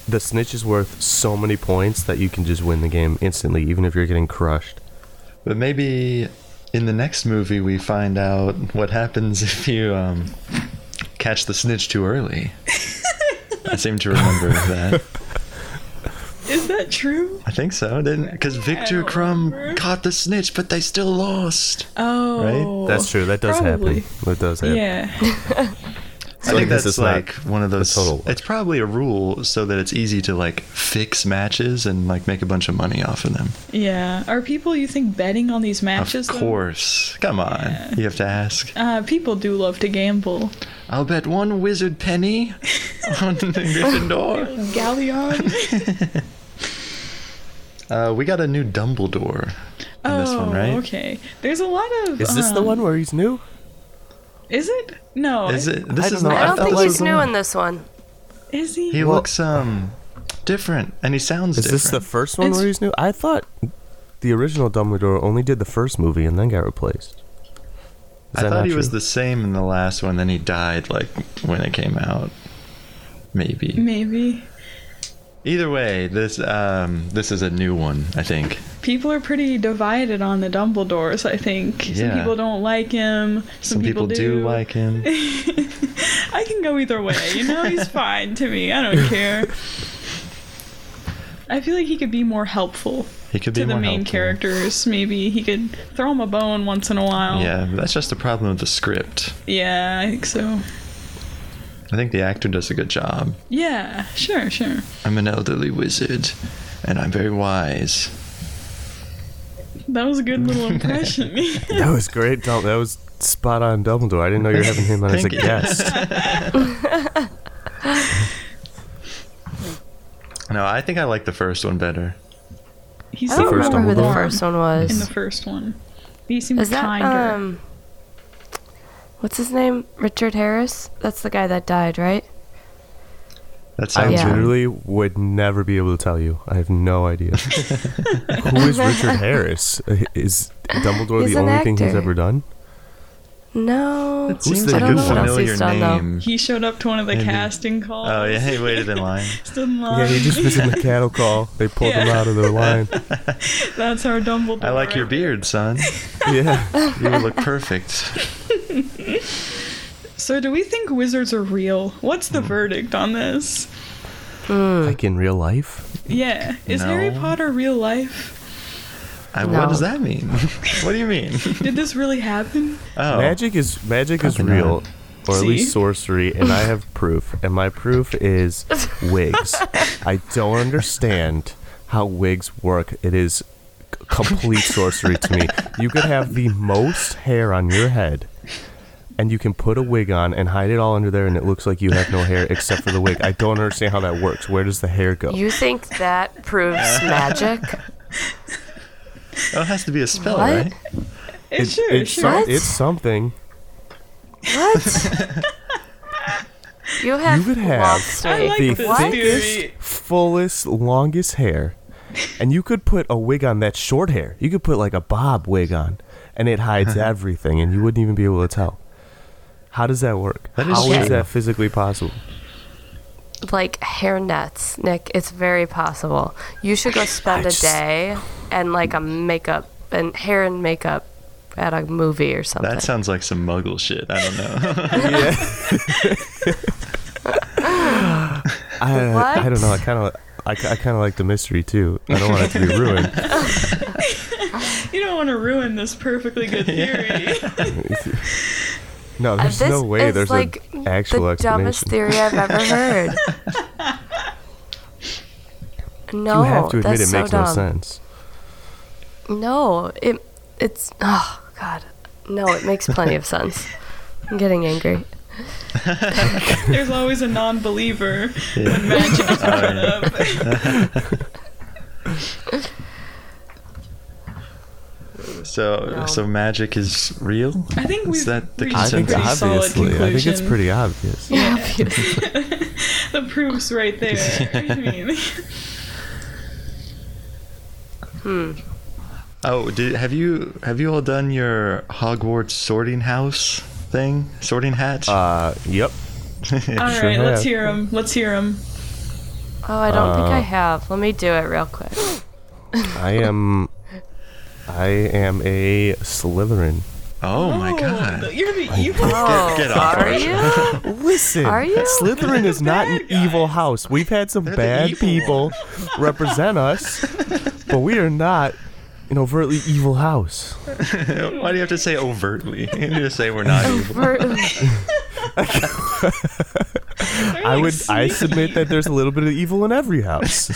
Speaker 3: the snitch is worth so many points that you can just win the game instantly, even if you're getting crushed.
Speaker 2: But maybe in the next movie we find out what happens if you um, catch the snitch too early. I seem to remember that.
Speaker 1: Is that true?
Speaker 2: I think so, didn't? Because Victor
Speaker 1: don't
Speaker 2: Crumb
Speaker 1: remember.
Speaker 2: caught the snitch, but they still lost.
Speaker 1: Oh,
Speaker 3: That's true. That does
Speaker 1: probably.
Speaker 3: happen. That does happen.
Speaker 1: Yeah.
Speaker 2: I think
Speaker 3: I guess
Speaker 2: that's
Speaker 3: it's not
Speaker 2: like one of those.
Speaker 3: total loss.
Speaker 2: It's probably a rule so that it's easy to like fix matches and like make a bunch of money off of them.
Speaker 1: Yeah. Are people you think betting on these matches?
Speaker 2: of
Speaker 1: though?
Speaker 2: course, come on, you have to ask.
Speaker 1: Uh, people do love to gamble.
Speaker 2: I'll bet one wizard penny on Gryffindor.
Speaker 1: Galleon.
Speaker 2: Uh, we got a new Dumbledore in
Speaker 1: oh,
Speaker 2: this one, right?
Speaker 1: okay. There's a lot of.
Speaker 3: Is this the
Speaker 1: um,
Speaker 3: one where he's new?
Speaker 1: Is it? No.
Speaker 2: Is it? This
Speaker 3: I
Speaker 2: is
Speaker 3: don't
Speaker 2: not.
Speaker 3: know.
Speaker 4: I
Speaker 2: I
Speaker 4: don't
Speaker 2: felt
Speaker 4: think
Speaker 2: like
Speaker 4: he's new in this one.
Speaker 1: Is he?
Speaker 2: he
Speaker 3: Well-
Speaker 2: looks um different, and he sounds
Speaker 3: Is
Speaker 2: different.
Speaker 3: this the first one
Speaker 1: It's-
Speaker 3: where he's new? I thought the original Dumbledore only did the first movie and then got replaced. Is
Speaker 2: I
Speaker 3: that
Speaker 2: thought
Speaker 3: not
Speaker 2: he was
Speaker 3: true?
Speaker 2: the same in the last one. Then he died like when it came out. Maybe.
Speaker 1: Maybe.
Speaker 2: Either way, this um this is a new one. I think.
Speaker 1: People are pretty divided on the Dumbledores, I think. Some
Speaker 2: Yeah.
Speaker 1: people don't like him. Some,
Speaker 2: Some, people, do like him.
Speaker 1: I can go either way. You know, he's fine to me. I don't care. I feel like he could be more helpful
Speaker 2: He could be
Speaker 1: to the
Speaker 2: more
Speaker 1: main
Speaker 2: helpful.
Speaker 1: characters. Maybe he could throw him a bone once in a while.
Speaker 2: Yeah, but that's just the problem with the script.
Speaker 1: Yeah, I think so.
Speaker 2: I think the actor does a good job.
Speaker 1: Yeah, sure, sure.
Speaker 2: I'm an elderly wizard, and I'm very wise.
Speaker 1: That was a good little impression.
Speaker 3: That was great. Dum- that was spot on Dumbledore. I didn't know you were having him on as a
Speaker 2: Thank you.
Speaker 3: guest.
Speaker 2: No, I think I like the first one better.
Speaker 1: He's
Speaker 4: I don't
Speaker 3: first
Speaker 4: remember who the
Speaker 3: Dumbledore?
Speaker 4: first one
Speaker 1: in the
Speaker 4: was.
Speaker 1: first one. He seems
Speaker 4: Is that
Speaker 1: kinder.
Speaker 4: um, what's his name? Richard Harris. That's the guy that died, right?
Speaker 2: That
Speaker 3: I
Speaker 2: sounds
Speaker 4: Yeah.
Speaker 3: literally would never be able to tell you. I have no idea. Who is Richard Harris? Uh, Is Dumbledore
Speaker 4: He's
Speaker 3: the
Speaker 4: an
Speaker 3: only thing he's
Speaker 4: actor.
Speaker 3: ever done?
Speaker 4: No.
Speaker 2: That
Speaker 3: Who's
Speaker 2: seems
Speaker 3: the
Speaker 2: like
Speaker 3: good
Speaker 2: a
Speaker 3: one? I don't know
Speaker 4: what else
Speaker 2: familiar
Speaker 4: he's done, though.
Speaker 2: name.
Speaker 1: he showed up to one of the
Speaker 2: Maybe.
Speaker 1: casting calls.
Speaker 2: Oh yeah, he waited in line.
Speaker 1: Stood in
Speaker 3: Yeah, he
Speaker 1: line.
Speaker 3: just was in the cattle call. They pulled him
Speaker 1: Yeah.
Speaker 3: out of their line.
Speaker 1: That's our Dumbledore.
Speaker 2: I like your beard, son.
Speaker 3: Yeah.
Speaker 2: You would look perfect.
Speaker 1: So, do we think wizards are real? What's the verdict on this?
Speaker 3: Like in real life?
Speaker 1: Yeah, is
Speaker 2: No.
Speaker 1: Harry Potter real life?
Speaker 2: I,
Speaker 4: No.
Speaker 2: What does that mean? what do you mean?
Speaker 1: Did this really happen?
Speaker 2: Oh,
Speaker 3: Magic is magic is
Speaker 2: Probably
Speaker 3: real.
Speaker 2: not.
Speaker 3: Or at
Speaker 1: See?
Speaker 3: least sorcery, and I have proof. And my proof is wigs. I don't understand how wigs work. It is c- complete sorcery to me. You could have the most hair on your head, and you can put a wig on and hide it all under there, and it looks like you have no hair except for the wig. I don't understand how that works. Where does the hair go?
Speaker 4: You think that proves magic?
Speaker 2: oh, it has to be a spell,
Speaker 4: What?
Speaker 2: right?
Speaker 1: It,
Speaker 3: It's-
Speaker 1: sure,
Speaker 3: it's,
Speaker 1: sure.
Speaker 3: some-
Speaker 4: What?
Speaker 3: it's something.
Speaker 4: What? You have,
Speaker 3: You would have
Speaker 1: I
Speaker 4: lobster.
Speaker 1: like
Speaker 3: the
Speaker 1: this
Speaker 4: What?
Speaker 1: theory.
Speaker 3: fullest, longest hair, and you could put a wig on that short hair. You could put like a bob wig on, and it hides everything, and you wouldn't even be able to tell. How does that work?
Speaker 2: That
Speaker 3: How
Speaker 2: is
Speaker 3: is
Speaker 2: true.
Speaker 3: that physically possible?
Speaker 4: like hair nets, Nick. It's very possible. You should go spend
Speaker 3: just-
Speaker 4: a day and like a makeup and hair and makeup at a movie or something.
Speaker 2: That sounds like some muggle shit. I don't know.
Speaker 3: I,
Speaker 4: What?
Speaker 3: I don't know. I kind of. I, kind of like the mystery too. I don't want it to be ruined.
Speaker 1: You don't want to ruin this perfectly good theory.
Speaker 3: No,
Speaker 4: Uh,
Speaker 3: there's no way.
Speaker 4: is,
Speaker 3: There's
Speaker 4: like
Speaker 3: an actual
Speaker 4: the dumbest
Speaker 3: explanation.
Speaker 4: theory I've ever heard. no,
Speaker 3: you have to admit
Speaker 4: that's
Speaker 3: it makes
Speaker 4: so dumb.
Speaker 3: no sense.
Speaker 4: No, it it's oh god, no, it makes plenty of sense. I'm getting angry.
Speaker 1: There's always a non-believer when magic is brought up.
Speaker 2: So,
Speaker 4: No.
Speaker 2: so magic is real.
Speaker 1: I think
Speaker 2: Is
Speaker 1: we've
Speaker 2: that the
Speaker 1: reached
Speaker 3: I
Speaker 1: a
Speaker 2: consensus?
Speaker 3: think
Speaker 1: pretty solid
Speaker 3: obviously. I think it's
Speaker 1: conclusion.
Speaker 3: pretty obvious.
Speaker 4: Yeah, obviously.
Speaker 1: proof's right there. I mean,
Speaker 2: Oh, did have you have you all done your Hogwarts sorting house thing? Sorting hat?
Speaker 3: Uh, yep.
Speaker 1: all
Speaker 3: Sure
Speaker 1: right, let's
Speaker 3: have.
Speaker 1: hear him. Let's hear him.
Speaker 4: Oh, I don't think
Speaker 3: Uh,
Speaker 4: I have. Let me do it real quick.
Speaker 3: I am. I am a Slytherin.
Speaker 2: oh my
Speaker 1: Oh,
Speaker 2: god.
Speaker 1: You're the evil.
Speaker 4: Oh,
Speaker 2: get off
Speaker 4: are
Speaker 2: our
Speaker 4: you?
Speaker 3: Listen,
Speaker 4: Are you?
Speaker 3: Slytherin is not an evil house. We've had some
Speaker 2: the
Speaker 3: bad
Speaker 2: evil
Speaker 3: people represent us, but we are not an overtly evil house.
Speaker 2: Why do you have to say overtly? You need to say we're not
Speaker 1: Oh,
Speaker 2: evil.
Speaker 4: Overtly.
Speaker 1: They're,
Speaker 3: I
Speaker 1: like,
Speaker 3: would.
Speaker 1: sneaky.
Speaker 3: I submit that there's a little bit of evil in every house.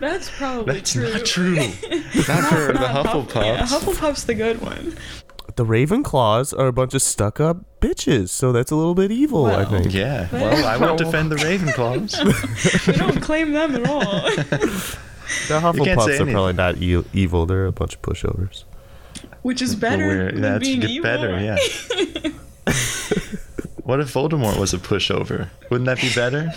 Speaker 1: That's probably
Speaker 2: That's
Speaker 1: true.
Speaker 2: not true. Not for the Hufflepuffs.
Speaker 1: Yeah, Hufflepuff's the good one.
Speaker 3: the Ravenclaws are a bunch of stuck-up bitches, so that's a little bit evil. I
Speaker 1: Well,
Speaker 3: think.
Speaker 2: Yeah, well, I won't defend the Ravenclaws.
Speaker 1: We don't claim them at all.
Speaker 3: The
Speaker 2: You can't say
Speaker 3: Hufflepuffs are
Speaker 2: anything.
Speaker 3: probably not e- evil. They're a bunch of pushovers.
Speaker 1: Which is
Speaker 2: But
Speaker 1: better
Speaker 2: we're-
Speaker 1: than
Speaker 2: that's
Speaker 1: being
Speaker 2: get
Speaker 1: evil.
Speaker 2: better, yeah. what if Voldemort was a pushover? Wouldn't that be better?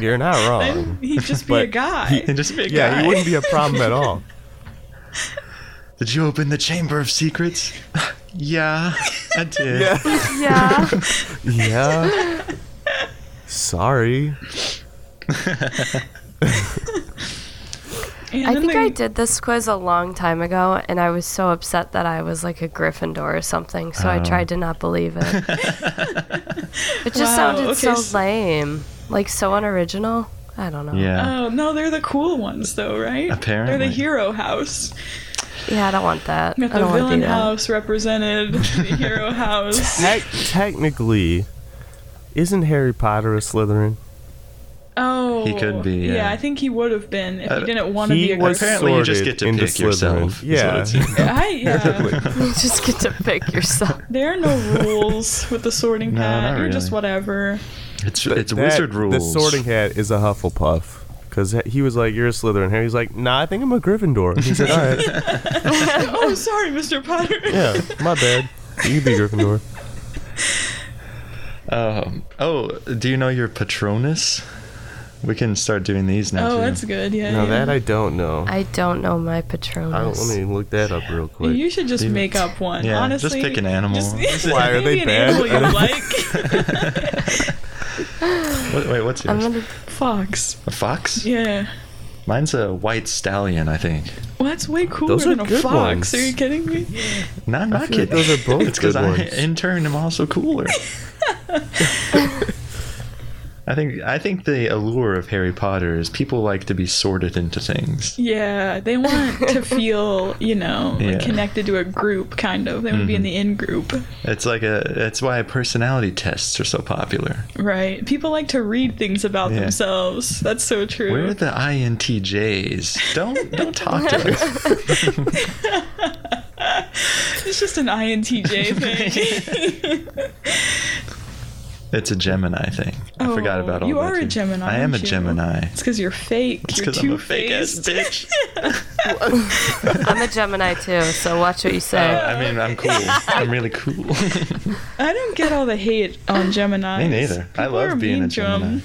Speaker 3: You're not
Speaker 1: Then
Speaker 3: wrong.
Speaker 1: he'd just be a
Speaker 3: But
Speaker 1: guy.
Speaker 2: And just be a
Speaker 3: Yeah,
Speaker 2: guy.
Speaker 3: he wouldn't be a problem at all.
Speaker 2: Did you open the Chamber of Secrets? yeah, I did.
Speaker 3: Yeah.
Speaker 4: Yeah.
Speaker 3: yeah. Sorry.
Speaker 1: And
Speaker 4: I
Speaker 1: then
Speaker 4: think
Speaker 1: they-
Speaker 4: I did this quiz a long time ago, and I was so upset that I was like a Gryffindor or something, so I
Speaker 3: Uh.
Speaker 2: Oh.
Speaker 4: tried to not believe it. it just
Speaker 1: Wow,
Speaker 4: sounded
Speaker 1: okay,
Speaker 4: so
Speaker 1: s-
Speaker 4: lame, like so unoriginal. I don't know.
Speaker 2: Yeah.
Speaker 1: Oh no, they're the cool ones though, right? they're
Speaker 2: Apparently.
Speaker 1: the hero house.
Speaker 4: Yeah, I don't want that.
Speaker 1: Got
Speaker 4: I
Speaker 1: the
Speaker 4: don't want to
Speaker 1: villain
Speaker 4: be that.
Speaker 1: house represented. The hero house.
Speaker 3: Te- technically, isn't Harry Potter a Slytherin?
Speaker 1: Oh,
Speaker 2: He could be, yeah.
Speaker 1: I think he would have been if
Speaker 2: Uh,
Speaker 1: he didn't want to
Speaker 3: he
Speaker 1: be a
Speaker 3: was
Speaker 1: guy.
Speaker 2: Apparently, you just get to
Speaker 3: Sorted into
Speaker 2: pick yourself.
Speaker 3: Slytherin.
Speaker 2: is what
Speaker 3: Yeah.
Speaker 2: it seems.
Speaker 1: I, yeah.
Speaker 4: You just get to pick yourself.
Speaker 1: there are no rules with the sorting
Speaker 2: No,
Speaker 1: hat.
Speaker 2: not
Speaker 1: You're just
Speaker 2: really.
Speaker 1: whatever.
Speaker 2: It's, it's
Speaker 3: That-
Speaker 2: wizard rules.
Speaker 3: The Sorting Hat is a Hufflepuff. Because he was like, you're a Slytherin. Harry's like, nah, I think I'm a Gryffindor. He said, all right.
Speaker 1: oh, sorry, Mr. Potter.
Speaker 3: Yeah, my bad. You can be Gryffindor.
Speaker 2: Um, oh, do you know your Patronus? We can start doing these now.
Speaker 1: Oh,
Speaker 2: too.
Speaker 1: that's good. Yeah.
Speaker 3: No,
Speaker 1: yeah.
Speaker 3: that I don't know.
Speaker 4: I don't know my
Speaker 3: I don't,
Speaker 4: Patronus.
Speaker 3: let me look that up real quick.
Speaker 1: You should just
Speaker 2: Dude.
Speaker 1: make up one.
Speaker 2: Yeah, just
Speaker 1: Honestly,
Speaker 2: pick an animal.
Speaker 3: Why are
Speaker 1: maybe
Speaker 3: they bad?
Speaker 1: An animal you like?
Speaker 2: What, wait, what's
Speaker 4: I'm
Speaker 2: yours?
Speaker 4: gonna.
Speaker 1: Fox.
Speaker 2: A fox?
Speaker 1: Yeah.
Speaker 2: Mine's a white stallion, I think.
Speaker 1: Well, that's way cooler
Speaker 3: Those are
Speaker 1: than a
Speaker 3: good
Speaker 1: fox.
Speaker 3: ones.
Speaker 1: Are you kidding me?
Speaker 2: No, I'm not
Speaker 3: feel like
Speaker 2: kidding.
Speaker 3: those are both
Speaker 2: it's because
Speaker 3: good
Speaker 2: I,
Speaker 3: ones.
Speaker 2: in turn, am also cooler. I think I think the allure of Harry Potter is people like to be sorted into things.
Speaker 1: Yeah, they want to feel, you know, like
Speaker 2: Yeah.
Speaker 1: connected to a group, kind of. They want to be
Speaker 3: Mm-hmm.
Speaker 1: in the in group,
Speaker 2: It's like a that's why personality tests are so popular.
Speaker 1: right? People like to read things about
Speaker 2: Yeah.
Speaker 1: themselves. That's so true.
Speaker 2: Where are the INTJs? Don't don't talk to us.
Speaker 1: It's just an INTJ thing.
Speaker 2: It's a Gemini thing. I forgot
Speaker 1: Oh,
Speaker 2: about all
Speaker 1: you
Speaker 2: that.
Speaker 1: are a
Speaker 2: too.
Speaker 1: Gemini,
Speaker 2: I am a
Speaker 1: aren't you?
Speaker 2: Gemini.
Speaker 1: it's because you're fake.
Speaker 2: It's
Speaker 1: you're
Speaker 2: because I'm
Speaker 1: two
Speaker 2: a fake ass
Speaker 1: faced.
Speaker 2: bitch.
Speaker 4: I'm a Gemini too, so watch what you
Speaker 2: Uh,
Speaker 4: say.
Speaker 2: I mean, I'm cool. I'm really cool.
Speaker 1: I don't get all the hate on Gemini.
Speaker 2: Me neither. I love being a Gemini.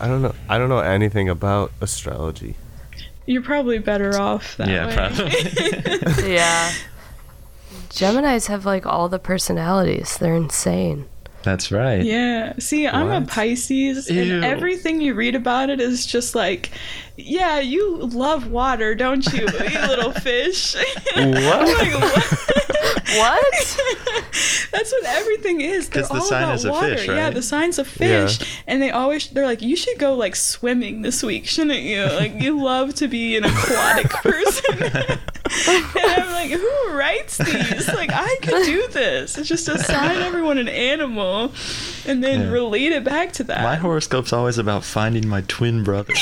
Speaker 3: I don't know. I don't know anything about astrology.
Speaker 1: You're probably better off that
Speaker 2: yeah,
Speaker 1: way.
Speaker 2: probably.
Speaker 4: yeah. Geminis have like all the personalities. They're insane.
Speaker 2: That's right.
Speaker 1: Yeah. See, I'm a
Speaker 3: What?
Speaker 1: Pisces,
Speaker 2: Ew.
Speaker 1: and everything you read about it is just like, yeah, you love water, don't you, you little fish? I'm like, what?
Speaker 4: What?
Speaker 1: That's what everything is. They're
Speaker 2: 'Cause the
Speaker 1: all
Speaker 2: sign
Speaker 1: about
Speaker 2: is a
Speaker 1: water.
Speaker 2: fish,
Speaker 1: Yeah,
Speaker 2: right?
Speaker 1: the sign's a fish, and they always they're like, you should go like swimming this week, shouldn't you? Like, you love to be an aquatic person. and I'm like, who writes these? Like, I could do this. It's just assign everyone an animal, and then
Speaker 2: Yeah.
Speaker 1: relate it back to that.
Speaker 2: My horoscope's always about finding my twin brother.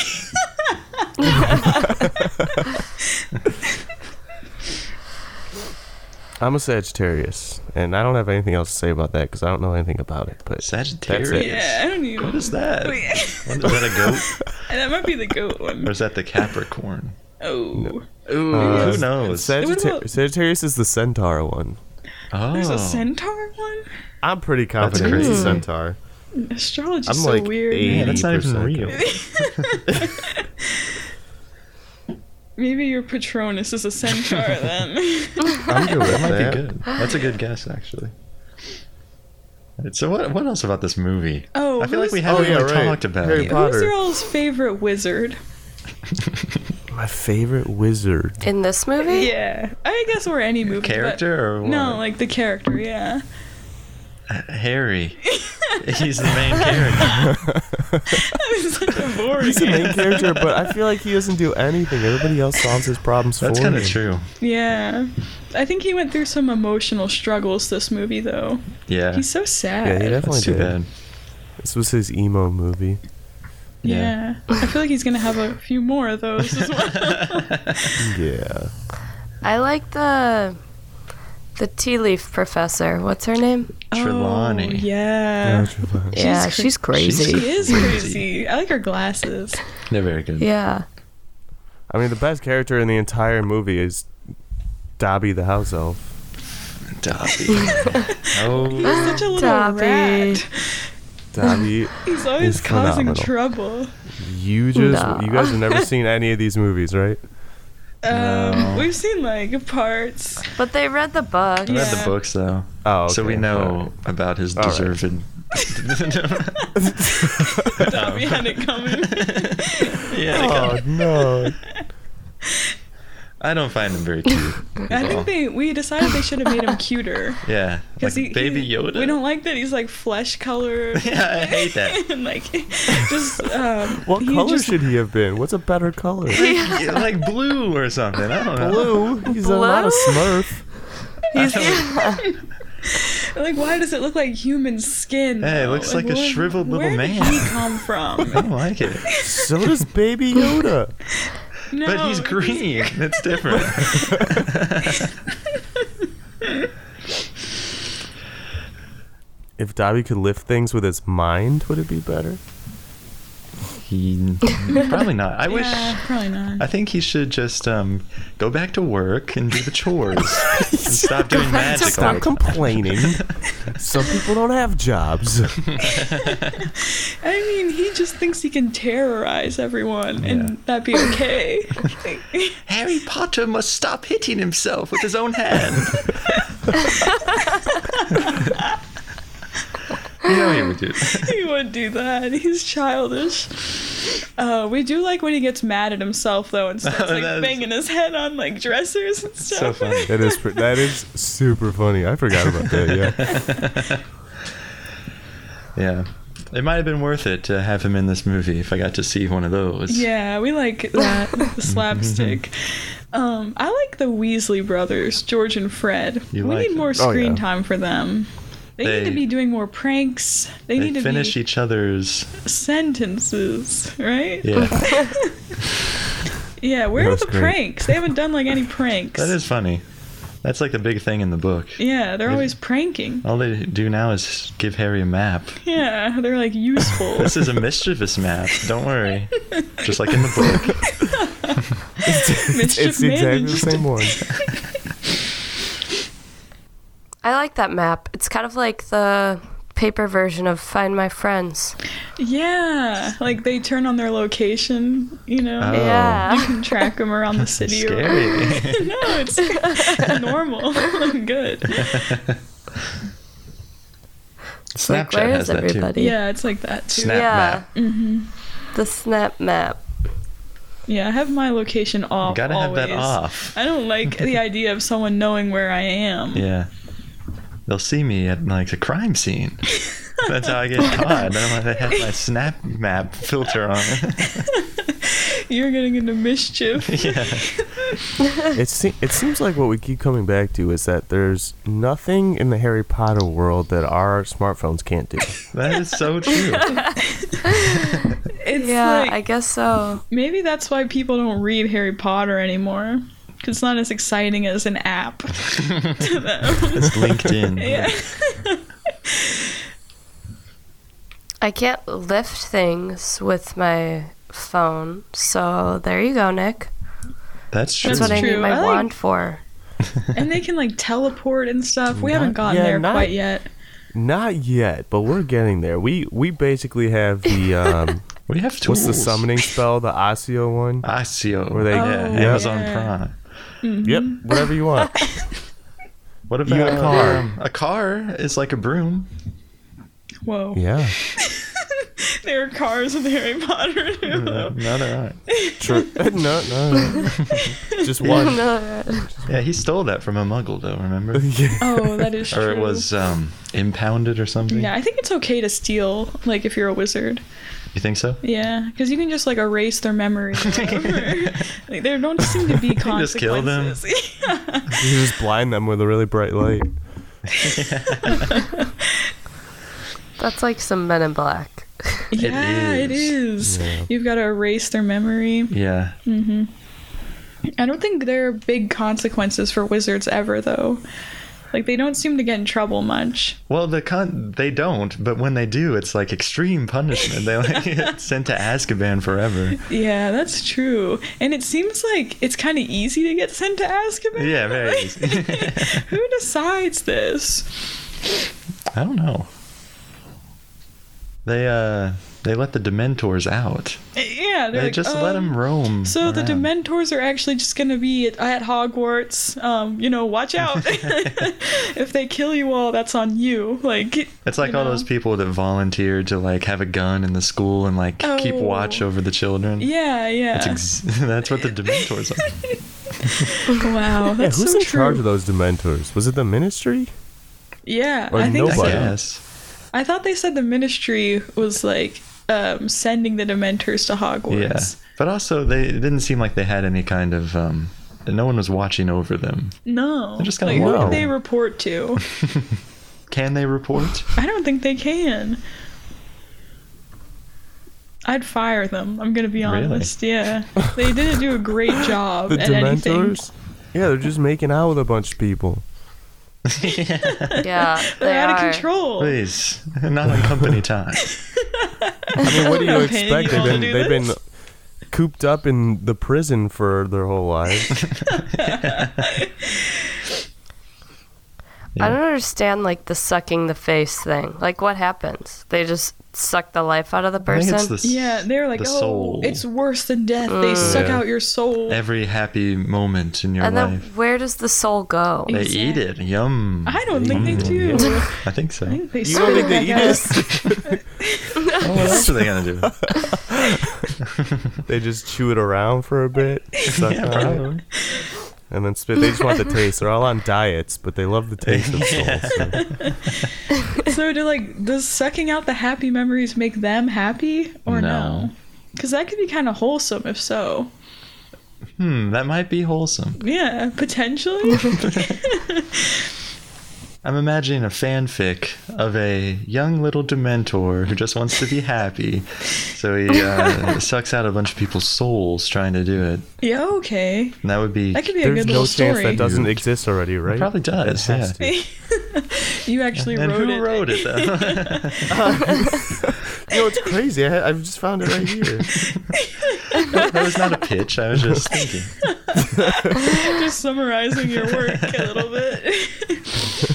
Speaker 3: I'm a Sagittarius, and I don't have anything else to say about that because I don't know anything about it. But
Speaker 2: Sagittarius.
Speaker 3: That's it.
Speaker 1: yeah, I don't even.
Speaker 2: What is that?
Speaker 1: Wait.
Speaker 2: What, is that a goat?
Speaker 1: And that might be the goat one.
Speaker 2: Or is that the Capricorn?
Speaker 1: Oh,
Speaker 2: Ooh,
Speaker 3: Uh,
Speaker 2: who knows?
Speaker 1: What
Speaker 3: Sagitta-
Speaker 1: about-
Speaker 3: Sagittarius is the centaur one.
Speaker 2: oh,
Speaker 1: there's a centaur one.
Speaker 3: I'm pretty confident
Speaker 2: That's
Speaker 3: it's
Speaker 2: crazy.
Speaker 3: a centaur.
Speaker 1: Astrology's
Speaker 3: I'm
Speaker 1: so
Speaker 3: like
Speaker 1: weird.
Speaker 2: Yeah,
Speaker 1: man.
Speaker 2: that's not even
Speaker 3: 80%
Speaker 2: real.
Speaker 1: Maybe your Patronus is a centaur then.
Speaker 3: I'm good with
Speaker 2: That might
Speaker 3: that.
Speaker 2: be good. That's a good guess, actually. Alright, So what? What else about this movie?
Speaker 1: Oh,
Speaker 2: I feel like
Speaker 1: who's-
Speaker 2: we haven't
Speaker 3: Oh, yeah,
Speaker 2: really
Speaker 3: right.
Speaker 2: talked about
Speaker 3: Harry
Speaker 2: it.
Speaker 3: Potter.
Speaker 1: Who's your all's favorite wizard?
Speaker 3: My favorite wizard.
Speaker 4: In this movie?
Speaker 1: Yeah, I guess or any movie. but-
Speaker 2: Character or what?
Speaker 1: No, like the character. Yeah.
Speaker 2: Harry. He's the main character.
Speaker 1: it's like a boring.
Speaker 3: He's the main character, but I feel like he doesn't do anything. Everybody else solves his problems
Speaker 2: That's
Speaker 3: for him.
Speaker 2: kind of true.
Speaker 1: Yeah, I think he went through some emotional struggles this movie though.
Speaker 2: Yeah.
Speaker 1: He's so
Speaker 3: Yeah,
Speaker 1: sad.
Speaker 3: he definitely
Speaker 2: That's too
Speaker 3: did.
Speaker 2: bad.
Speaker 3: This was his emo movie.
Speaker 1: Yeah.
Speaker 2: Yeah.
Speaker 1: I feel like he's gonna have a few more of those as well.
Speaker 3: Yeah.
Speaker 4: I like the the tea leaf professor. What's her name?
Speaker 1: Oh,
Speaker 2: Trelawney.
Speaker 1: yeah.
Speaker 3: Trelawney.
Speaker 4: yeah,
Speaker 1: cra-
Speaker 4: she's crazy.
Speaker 1: She
Speaker 2: She's-
Speaker 1: is crazy. I like her glasses.
Speaker 2: They're very good.
Speaker 4: yeah.
Speaker 3: I mean, the best character in the entire movie is Dobby the house elf.
Speaker 2: Dobby. oh,
Speaker 1: Such a little
Speaker 4: Dobby.
Speaker 1: rat.
Speaker 3: Dobby,
Speaker 1: He's always
Speaker 3: He's
Speaker 1: causing
Speaker 3: phenomenal.
Speaker 1: trouble.
Speaker 3: you just
Speaker 4: Nah.
Speaker 3: you guys have never seen any of these movies, right?
Speaker 1: Um,
Speaker 2: No.
Speaker 1: We've seen like parts.
Speaker 4: But they read the book.
Speaker 2: I read
Speaker 1: Yeah.
Speaker 2: the books though,
Speaker 3: Oh,
Speaker 2: so we
Speaker 3: okay.
Speaker 2: know about his
Speaker 3: All right.
Speaker 2: deserved.
Speaker 1: Dobby had it coming.
Speaker 2: yeah,
Speaker 3: Oh no.
Speaker 2: I don't find him very cute.
Speaker 1: I
Speaker 2: at all.
Speaker 1: think they we decided they should have made him cuter.
Speaker 2: Yeah, like
Speaker 1: Because
Speaker 2: Baby Yoda.
Speaker 1: We don't like that he's like flesh color.
Speaker 2: Yeah, I hate that.
Speaker 1: and like just um,
Speaker 3: What
Speaker 1: he
Speaker 3: color
Speaker 1: just-
Speaker 3: should he have been? What's a better color?
Speaker 2: Yeah, like blue or something. I don't know.
Speaker 3: Blue. He's not a
Speaker 4: Blue?
Speaker 3: Smurf.
Speaker 4: He's,
Speaker 1: like why does it look like human skin?
Speaker 2: Hey, it
Speaker 1: though?
Speaker 2: looks like a
Speaker 1: where-
Speaker 2: shriveled little
Speaker 1: where
Speaker 2: man. Oh,
Speaker 1: Did he come from?
Speaker 2: I don't like it.
Speaker 3: So does Baby Yoda.
Speaker 1: No,
Speaker 2: But he's green. That's different.
Speaker 3: If Dobby could lift things with his mind, would it be better?
Speaker 2: he probably not. I wish.
Speaker 1: Yeah, probably not.
Speaker 2: I think he should just um, go back to work and do the chores and stop doing
Speaker 4: back
Speaker 2: magic.
Speaker 4: to
Speaker 2: all
Speaker 3: Stop
Speaker 2: the
Speaker 3: complaining. Some people don't have jobs.
Speaker 1: I mean, he just thinks he can terrorize everyone
Speaker 2: Yeah.
Speaker 1: and that'd be okay.
Speaker 2: Harry Potter must stop hitting himself with his own hand. you know he would do. it.
Speaker 1: he would do that. He's childish. Uh, we do like when he gets mad at himself though and starts
Speaker 2: Oh,
Speaker 1: like
Speaker 2: that is-
Speaker 1: banging his head on like dressers and stuff.
Speaker 2: so funny.
Speaker 3: That is pr- that is super funny. I forgot about that. Yeah.
Speaker 2: Yeah. It might have been worth it to have him in this movie if I got to see one of those.
Speaker 1: Yeah, we like that
Speaker 2: Mm-hmm.
Speaker 1: the slapstick. Um, I like the Weasley brothers, George and Fred.
Speaker 2: You
Speaker 1: we
Speaker 2: like
Speaker 1: need
Speaker 2: them.
Speaker 1: more
Speaker 3: Oh,
Speaker 1: screen
Speaker 3: yeah.
Speaker 1: time for them. They, need
Speaker 2: They-
Speaker 1: to be doing more pranks. They,
Speaker 2: They
Speaker 1: need to
Speaker 2: finish
Speaker 1: be
Speaker 2: each other's.
Speaker 1: sentences, right?
Speaker 2: Yeah.
Speaker 1: Yeah, where
Speaker 3: That
Speaker 1: are
Speaker 3: was
Speaker 1: the
Speaker 3: great.
Speaker 1: pranks? They haven't done like any pranks.
Speaker 2: that is funny. That's like the big thing in the book.
Speaker 1: Yeah, they're always pranking.
Speaker 2: All they do now is give Harry a map.
Speaker 1: Yeah, they're like useful.
Speaker 2: This is a mischievous map. Don't worry. Just like in the book.
Speaker 1: Mischief
Speaker 3: It's exactly the
Speaker 1: managed.
Speaker 3: same one.
Speaker 4: I like that map. It's kind of like the paper version of Find My Friends.
Speaker 1: Yeah, like they turn on their location, you know,
Speaker 2: Oh.
Speaker 1: you
Speaker 4: Yeah.
Speaker 1: can track them around the city. or-
Speaker 2: Scary.
Speaker 1: no, it's normal. Good.
Speaker 4: It's like, where is everybody?
Speaker 1: Yeah, it's like that too.
Speaker 2: Snap
Speaker 4: Yeah.
Speaker 2: map.
Speaker 4: The snap map.
Speaker 1: Yeah, I have my location off.
Speaker 2: Gotta have that
Speaker 1: always.
Speaker 2: off.
Speaker 1: I don't like the idea of someone knowing where I am.
Speaker 2: Yeah. They'll see me at like a crime scene. That's how I get caught. Then I'm like, I have my snap map filter on.
Speaker 1: You're getting into mischief.
Speaker 2: yeah.
Speaker 3: It, se- it seems like what we keep coming back to is that there's nothing in the Harry Potter world that our smartphones can't do.
Speaker 2: That is so true.
Speaker 1: It's
Speaker 4: yeah,
Speaker 1: like
Speaker 4: I guess so.
Speaker 1: maybe that's why people don't read Harry Potter anymore. 'Cause it's not as exciting as an app to them.
Speaker 2: It's LinkedIn.
Speaker 1: yeah.
Speaker 4: I can't lift things with my phone. So there you go, Nick.
Speaker 2: That's true.
Speaker 4: That's what I need
Speaker 1: true.
Speaker 4: my
Speaker 1: I like-
Speaker 4: wand for.
Speaker 1: And they can like teleport and stuff. We
Speaker 3: Not-
Speaker 1: haven't gotten
Speaker 3: yeah,
Speaker 1: there
Speaker 3: not-
Speaker 1: quite yet.
Speaker 3: Not yet, but we're getting there. We we basically have the um,
Speaker 2: We have tools.
Speaker 3: what's the summoning spell? The Osseo one.
Speaker 2: Asio.
Speaker 3: Where they-
Speaker 2: yeah,
Speaker 1: Oh,
Speaker 2: Amazon
Speaker 1: yeah.
Speaker 2: Prime.
Speaker 1: Mm-hmm.
Speaker 3: Yep, whatever you want.
Speaker 2: What about
Speaker 3: You a car.
Speaker 2: um, a car is like a broom.
Speaker 1: Whoa.
Speaker 3: yeah,
Speaker 1: There are cars in Harry Potter. too, though.
Speaker 2: No, no, no.
Speaker 3: true. no, no, no. just one.
Speaker 2: Yeah, he stole that from a muggle, though. Remember?
Speaker 3: yeah.
Speaker 1: Oh, that is true.
Speaker 2: or it was um, impounded or something.
Speaker 1: Yeah, I think it's okay to steal, like if you're a wizard.
Speaker 2: You think so?
Speaker 1: Yeah, because you can just like erase their memory. or whatever. like, there don't seem to be consequences.
Speaker 2: just kill them.
Speaker 1: Yeah.
Speaker 3: You just blind them with a really bright light.
Speaker 4: That's like some Men in Black.
Speaker 1: Yeah, it is.
Speaker 3: Yeah.
Speaker 1: You've got to erase their memory.
Speaker 2: Yeah.
Speaker 1: I don't think there are big consequences for wizards ever, though. Like they don't seem to get in trouble much.
Speaker 2: Well, the con they don't, but when they do, it's like extreme punishment. They like get sent to Azkaban forever.
Speaker 1: Yeah, that's true. And it seems like it's kind of easy to get sent to Azkaban.
Speaker 2: Yeah, very. easy.
Speaker 1: Who decides this?
Speaker 2: I don't know. They uh they let the Dementors out.
Speaker 1: Eh, Yeah,
Speaker 2: They
Speaker 1: they're like,
Speaker 2: just let
Speaker 1: um,
Speaker 2: them roam.
Speaker 1: So the
Speaker 2: around.
Speaker 1: Dementors are actually just going to be at, at Hogwarts. Um, you know, watch out. if they kill you all, that's on you. Like
Speaker 2: It's like
Speaker 1: you
Speaker 2: all
Speaker 1: know.
Speaker 2: those people that volunteered to like have a gun in the school and like keep
Speaker 1: Oh.
Speaker 2: watch over the children.
Speaker 1: Yeah, yeah.
Speaker 2: That's, ex- that's what the Dementors are.
Speaker 1: wow,
Speaker 3: Yeah,
Speaker 1: that's
Speaker 3: who's
Speaker 1: so
Speaker 3: in
Speaker 1: true.
Speaker 3: charge of those Dementors? Was it the Ministry?
Speaker 1: yeah,
Speaker 3: Or
Speaker 1: I think
Speaker 2: I
Speaker 3: nobody.
Speaker 1: so.
Speaker 2: guess.
Speaker 1: I thought they said the Ministry was like um, sending the Dementors to
Speaker 2: Yeah.
Speaker 1: Hogwarts.
Speaker 2: But also, they it didn't seem like they had any kind of um. No one was watching over them.
Speaker 1: No,
Speaker 2: They're just gonna
Speaker 1: like, who do
Speaker 3: walk.
Speaker 1: they report to?
Speaker 2: Can they report?
Speaker 1: I don't think they can. I'd fire them. I'm gonna be
Speaker 2: Really?
Speaker 1: honest. Yeah, they didn't do a great job
Speaker 3: The
Speaker 1: at anything.
Speaker 3: Dementors? Yeah, they're just making out with a bunch of people.
Speaker 4: Yeah, they
Speaker 1: They're out
Speaker 4: are.
Speaker 1: of control.
Speaker 2: Please, not on company time.
Speaker 3: I mean, what do you
Speaker 1: I'm not paying
Speaker 3: expect?
Speaker 1: you
Speaker 3: They've
Speaker 1: all to
Speaker 3: been,
Speaker 1: do
Speaker 3: they've been
Speaker 1: this.
Speaker 3: cooped up in the prison for their whole lives.
Speaker 4: I don't understand like the sucking the face thing. Like what happens? They just suck the life out of the
Speaker 2: I think
Speaker 4: person.
Speaker 2: it's the s-
Speaker 1: Yeah, they're like,
Speaker 2: the
Speaker 1: oh,
Speaker 2: soul.
Speaker 1: it's worse than death. They suck
Speaker 3: Yeah.
Speaker 1: out your soul.
Speaker 2: every happy moment in your
Speaker 4: and then
Speaker 2: life.
Speaker 4: where does the soul go?
Speaker 2: They eat it. Yum.
Speaker 1: I don't think they do.
Speaker 2: Mm, yeah. I think so.
Speaker 1: I think they
Speaker 3: You don't think they eat it?
Speaker 2: Oh, what else are they gonna do?
Speaker 3: They just chew it around for a bit, suck
Speaker 2: Yeah,
Speaker 3: it out,
Speaker 2: probably.
Speaker 3: and then spit. They just want the taste. They're all on diets, but they love the taste of soul. So.
Speaker 1: So do like does sucking out the happy memories make them happy or no?
Speaker 2: No.
Speaker 1: Because that could be kind of wholesome if so.
Speaker 2: Hmm, that might be wholesome.
Speaker 1: Yeah, potentially.
Speaker 2: I'm imagining a fanfic of a young little Dementor who just wants to be happy, so he uh, sucks out a bunch of people's souls trying to do it,
Speaker 1: yeah, okay.
Speaker 2: and that would be.
Speaker 1: That could be a
Speaker 3: There's
Speaker 1: good
Speaker 3: no
Speaker 1: little
Speaker 3: chance
Speaker 1: story.
Speaker 3: that doesn't exist already, right?
Speaker 2: probably does,
Speaker 3: It has
Speaker 2: yeah.
Speaker 3: to.
Speaker 1: you actually
Speaker 2: and
Speaker 1: wrote
Speaker 2: who
Speaker 1: it.
Speaker 2: wrote it though?
Speaker 3: You know, it's crazy. I, I've just found it right here.
Speaker 2: that was not a pitch. I was just thinking.
Speaker 1: Just summarizing your work a little bit.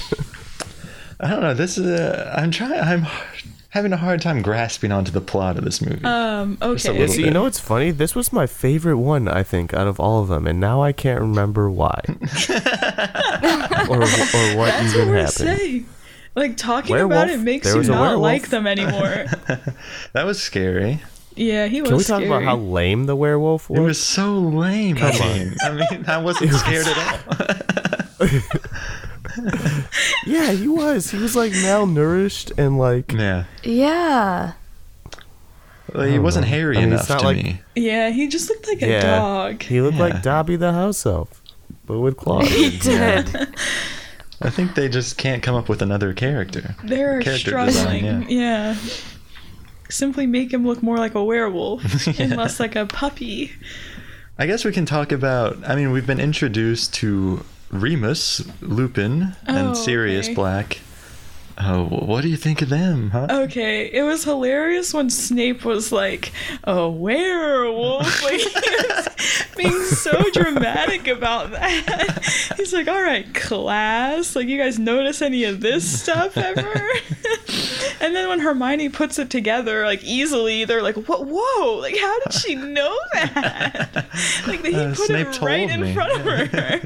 Speaker 2: I don't know. This is. Uh, I'm trying. I'm having a hard time grasping onto the plot of this movie.
Speaker 3: Uh,
Speaker 1: Um,
Speaker 2: a
Speaker 1: okay.
Speaker 3: Yeah,
Speaker 2: little
Speaker 3: see, you
Speaker 2: bit.
Speaker 3: know what's funny? This was my favorite one, I think, out of all of them, and now I can't remember why, or, or what
Speaker 1: That's what
Speaker 3: even
Speaker 1: we're
Speaker 3: happened.
Speaker 1: saying. Like talking about
Speaker 3: Werewolf?
Speaker 1: it makes
Speaker 3: There
Speaker 1: you
Speaker 3: was a
Speaker 1: not
Speaker 3: werewolf.
Speaker 1: like them anymore.
Speaker 2: that was scary.
Speaker 1: Yeah, he was.
Speaker 3: Can we talk about
Speaker 1: scary.
Speaker 3: how lame the werewolf was?
Speaker 2: It was so lame. I
Speaker 3: Come on.
Speaker 2: mean, I mean, I wasn't scared at all.
Speaker 3: yeah, he was. He was like malnourished and like
Speaker 2: Yeah,
Speaker 4: Yeah.
Speaker 2: Like, he wasn't hairy
Speaker 3: I mean,
Speaker 2: enough
Speaker 3: it's not
Speaker 2: to
Speaker 3: like-
Speaker 2: me.
Speaker 1: Yeah, he just looked like a
Speaker 3: yeah,
Speaker 1: dog.
Speaker 3: he looked
Speaker 2: Yeah.
Speaker 3: like Dobby the house elf, but with claws.
Speaker 4: He did.
Speaker 2: I think they just can't come up with another character.
Speaker 1: They're
Speaker 2: Character
Speaker 1: struggling.
Speaker 2: design,
Speaker 1: yeah. Simply make him look more like a werewolf and less like a puppy.
Speaker 2: I guess we can talk about. I mean, we've been introduced to Remus, Lupin,
Speaker 1: Oh,
Speaker 2: and Sirius
Speaker 1: okay.
Speaker 2: Black. Oh, wh- what do you think of them, huh?
Speaker 3: Oh.
Speaker 1: Okay, it was hilarious when Snape was like, a werewolf. Like, he was- being so dramatic about that. He's like, all right, class. Like, you guys notice any of this stuff ever? and then when Hermione puts it together, like, easily, they're like, what? Whoa! Like, how did she know that? Like, he
Speaker 2: Uh,
Speaker 1: put
Speaker 2: Snape
Speaker 1: it right
Speaker 2: told
Speaker 1: in
Speaker 2: me.
Speaker 1: front of her.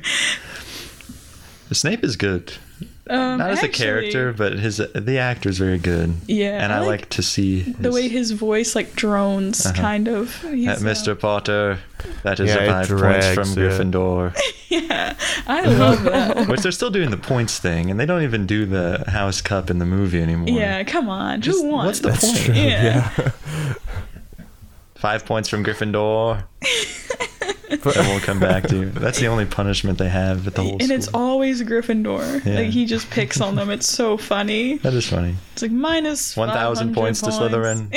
Speaker 2: Snape is good.
Speaker 1: Um,
Speaker 2: Not as a
Speaker 1: actually,
Speaker 2: character, but his the actor's very good.
Speaker 1: Yeah,
Speaker 2: and
Speaker 1: I
Speaker 2: I,
Speaker 1: like
Speaker 2: like, to see
Speaker 1: The
Speaker 2: his-
Speaker 1: way his voice, like, drones,
Speaker 2: Uh-huh.
Speaker 1: kind of. He's,
Speaker 2: Uh,
Speaker 1: uh,
Speaker 2: Mr. Potter, that is
Speaker 3: Yeah,
Speaker 2: a
Speaker 3: it
Speaker 2: five points
Speaker 3: drags
Speaker 2: from
Speaker 3: it.
Speaker 2: Gryffindor.
Speaker 1: Yeah, I love that.
Speaker 2: Which they're still doing the points thing, and they don't even do the House Cup in the movie anymore.
Speaker 1: Yeah, come on.
Speaker 2: Just-
Speaker 1: Who won?
Speaker 2: what's the point?
Speaker 3: True,
Speaker 1: Yeah.
Speaker 2: Five points from Gryffindor.
Speaker 3: But-
Speaker 2: I won't come back to you. That's the only punishment they have at the whole.
Speaker 1: And it's
Speaker 2: school.
Speaker 1: always Gryffindor.
Speaker 2: Yeah.
Speaker 1: Like he just picks on them. It's so funny.
Speaker 2: That is funny.
Speaker 1: It's like minus 500
Speaker 2: 1,000 points to Slytherin.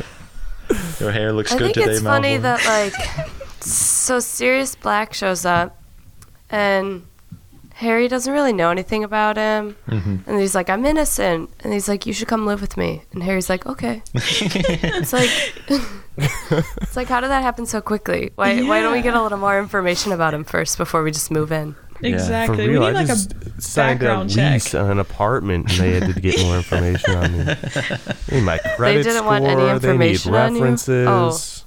Speaker 3: Yeah.
Speaker 2: Your hair looks
Speaker 4: I
Speaker 2: good
Speaker 4: think
Speaker 2: today,
Speaker 4: it's funny
Speaker 2: Malfoy.
Speaker 4: that like so Sirius Black shows up and Harry doesn't really know anything about him.
Speaker 2: Mm-hmm.
Speaker 4: And he's like, I'm innocent. And he's like, You should come live with me. And Harry's like, Okay. it's like It's like how did that happen so quickly? Why why don't we get a little more information about him first before we just move in?
Speaker 1: Exactly.
Speaker 3: For real,
Speaker 1: we need
Speaker 3: I
Speaker 1: like
Speaker 3: just
Speaker 1: a
Speaker 3: signed a
Speaker 1: background check.
Speaker 3: lease on an apartment, and they had to get more information on me. They need my credit
Speaker 4: didn't
Speaker 3: score.
Speaker 4: want any information
Speaker 3: they
Speaker 4: on
Speaker 3: need
Speaker 4: you? Oh.
Speaker 3: references.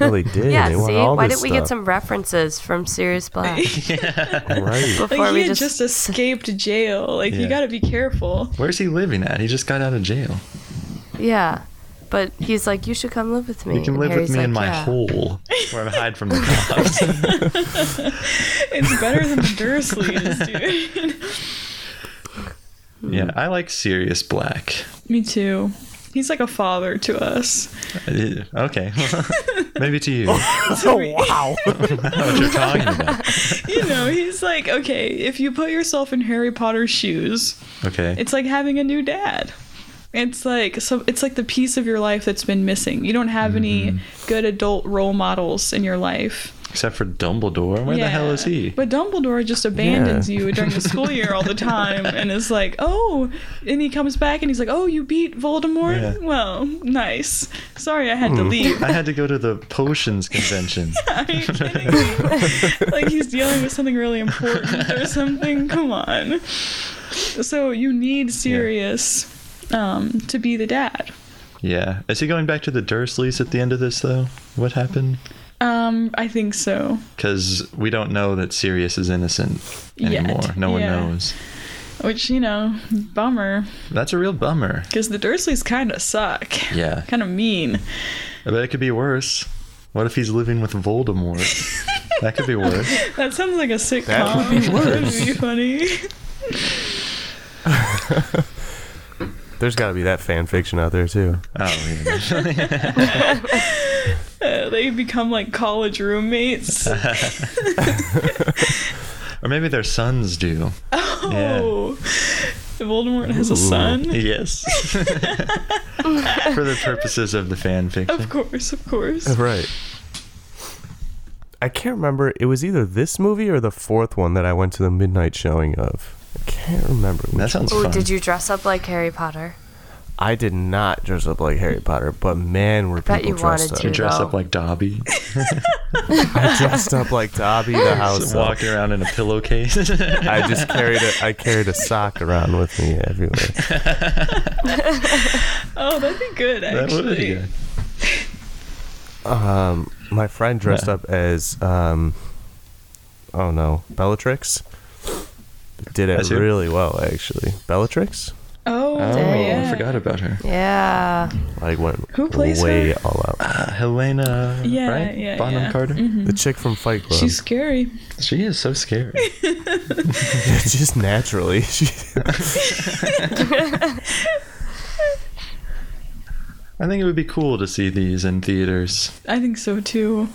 Speaker 3: No, they did.
Speaker 4: Yeah,
Speaker 3: they want
Speaker 4: see,
Speaker 3: all
Speaker 4: why
Speaker 3: this
Speaker 4: didn't we get
Speaker 3: stuff.
Speaker 4: some references from Sirius Black
Speaker 3: Right.
Speaker 4: before
Speaker 1: Like he
Speaker 4: we
Speaker 1: had
Speaker 4: just,
Speaker 1: just, escaped jail. Like you
Speaker 2: Yeah.
Speaker 1: gotta be careful.
Speaker 2: Where's he living at? He just got out of jail.
Speaker 4: Yeah. But he's like, You should come live with me.
Speaker 2: You can
Speaker 4: And
Speaker 2: live
Speaker 4: Harry's
Speaker 2: with me
Speaker 4: like,
Speaker 2: in my
Speaker 4: yeah.
Speaker 2: hole where I hide from the cops.
Speaker 1: It's better than the Dursleys, dude.
Speaker 2: yeah, I like Sirius Black.
Speaker 1: Me too. He's like a father to us.
Speaker 2: Uh, Okay. Maybe to you. That's
Speaker 3: Oh wow.
Speaker 2: what you're talking about.
Speaker 1: You know, he's like, okay, if you put yourself in Harry Potter's shoes,
Speaker 2: Okay.
Speaker 1: it's like having a new dad it's like so it's like the piece of your life that's been missing you don't have any
Speaker 2: Mm-hmm.
Speaker 1: good adult role models in your life
Speaker 2: Except for Dumbledore. Where the hell is
Speaker 1: Yeah.
Speaker 2: he?
Speaker 1: but dumbledore just abandons
Speaker 3: Yeah.
Speaker 1: you during the school year all the time and is like oh and he comes back and he's like oh you beat voldemort
Speaker 2: Yeah. Hmm.
Speaker 1: well nice sorry i had to leave
Speaker 2: I had to go to the potions convention.
Speaker 1: Are you kidding me? like he's dealing with something really important or something. Come on. So you need Sirius um, to be the dad.
Speaker 2: Yeah. Is he going back to the Dursleys at the end of this, though? What happened?
Speaker 1: Um, I think so.
Speaker 2: Because we don't know that Sirius is innocent anymore. No one
Speaker 1: yeah.
Speaker 2: knows.
Speaker 1: Which you know, bummer,
Speaker 2: That's a real bummer.
Speaker 1: because the Dursleys kind of suck.
Speaker 2: Yeah.
Speaker 1: Kind of mean.
Speaker 2: I bet it could be worse. What if he's living with Voldemort? that could be worse.
Speaker 1: That sounds like a sitcom.
Speaker 3: That would be
Speaker 1: would be funny.
Speaker 3: There's got to be that fan fiction out there too.
Speaker 2: Oh, yeah.
Speaker 1: Uh, they become like college roommates.
Speaker 2: Or maybe their sons do.
Speaker 1: Oh, Voldemort has a son.
Speaker 2: Yes. For the purposes of the fan fiction.
Speaker 1: Of course, of course.
Speaker 3: Right. I can't remember. It was either this movie or the fourth one that I went to the midnight showing of. I can't remember. which
Speaker 2: That sounds
Speaker 4: Oh,
Speaker 2: fun.
Speaker 4: did you dress up like Harry Potter?
Speaker 3: I did not dress up like Harry Potter, but man, were
Speaker 4: Bet
Speaker 3: people
Speaker 4: you
Speaker 3: dressed
Speaker 4: wanted
Speaker 3: up.
Speaker 4: to.
Speaker 2: You dress up
Speaker 4: No.
Speaker 2: like Dobby,
Speaker 3: I dressed up like Dobby the house.
Speaker 2: just walking around in a pillowcase.
Speaker 3: I just carried a I carried a sock around with me everywhere.
Speaker 1: Oh, that'd be good.
Speaker 2: that
Speaker 1: Actually.
Speaker 2: would be good.
Speaker 3: Um, my friend dressed
Speaker 2: Yeah.
Speaker 3: up as um, oh no, Bellatrix. Did it
Speaker 2: As who?
Speaker 3: really well actually. Bellatrix
Speaker 1: Oh,
Speaker 2: Oh,
Speaker 4: Dang.
Speaker 2: I
Speaker 1: yeah.
Speaker 2: forgot about her.
Speaker 4: Yeah.
Speaker 3: like went
Speaker 1: Who plays
Speaker 3: way
Speaker 1: her?
Speaker 3: all out.
Speaker 2: Uh, Helena,
Speaker 1: Yeah,
Speaker 2: right?
Speaker 1: yeah, Mm-hmm.
Speaker 2: Bonham
Speaker 1: yeah.
Speaker 2: Carter.
Speaker 3: The chick from Fight Club.
Speaker 1: She's scary.
Speaker 2: She is so scary.
Speaker 3: just naturally. She,
Speaker 2: I think it would be cool to see these in theaters.
Speaker 1: I think so too.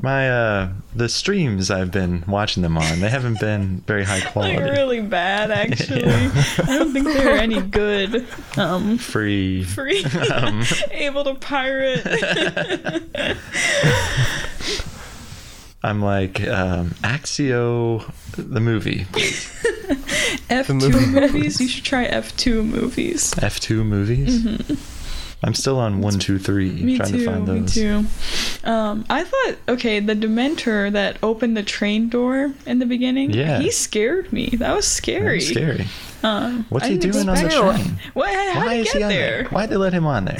Speaker 2: My uh, the streams I've been watching them on, they haven't been very high quality.
Speaker 1: Like really bad, actually. I don't think they're any good. Um,
Speaker 2: Free.
Speaker 1: free,
Speaker 2: Um.
Speaker 1: able to pirate.
Speaker 2: I'm like um, Axio, the movie,
Speaker 1: F two
Speaker 3: movie.
Speaker 1: movies. You should try F two movies.
Speaker 2: F2 movies. I'm still on one, two, three,
Speaker 1: Mm-hmm. Me
Speaker 2: trying
Speaker 1: too.
Speaker 2: to find those.
Speaker 1: Me too. Um, I thought, okay, the Dementor that opened the train door in the beginning.
Speaker 2: Yeah.
Speaker 1: He scared me. That was
Speaker 2: That
Speaker 1: scary.
Speaker 2: was Scary.
Speaker 1: Um,
Speaker 2: What's
Speaker 1: I
Speaker 2: he
Speaker 1: didn't
Speaker 2: doing on the
Speaker 1: expect-
Speaker 2: train?
Speaker 1: What? How
Speaker 2: Why
Speaker 1: did he
Speaker 2: is
Speaker 1: get
Speaker 2: he on
Speaker 1: there?
Speaker 2: there? Why'd they let him on there?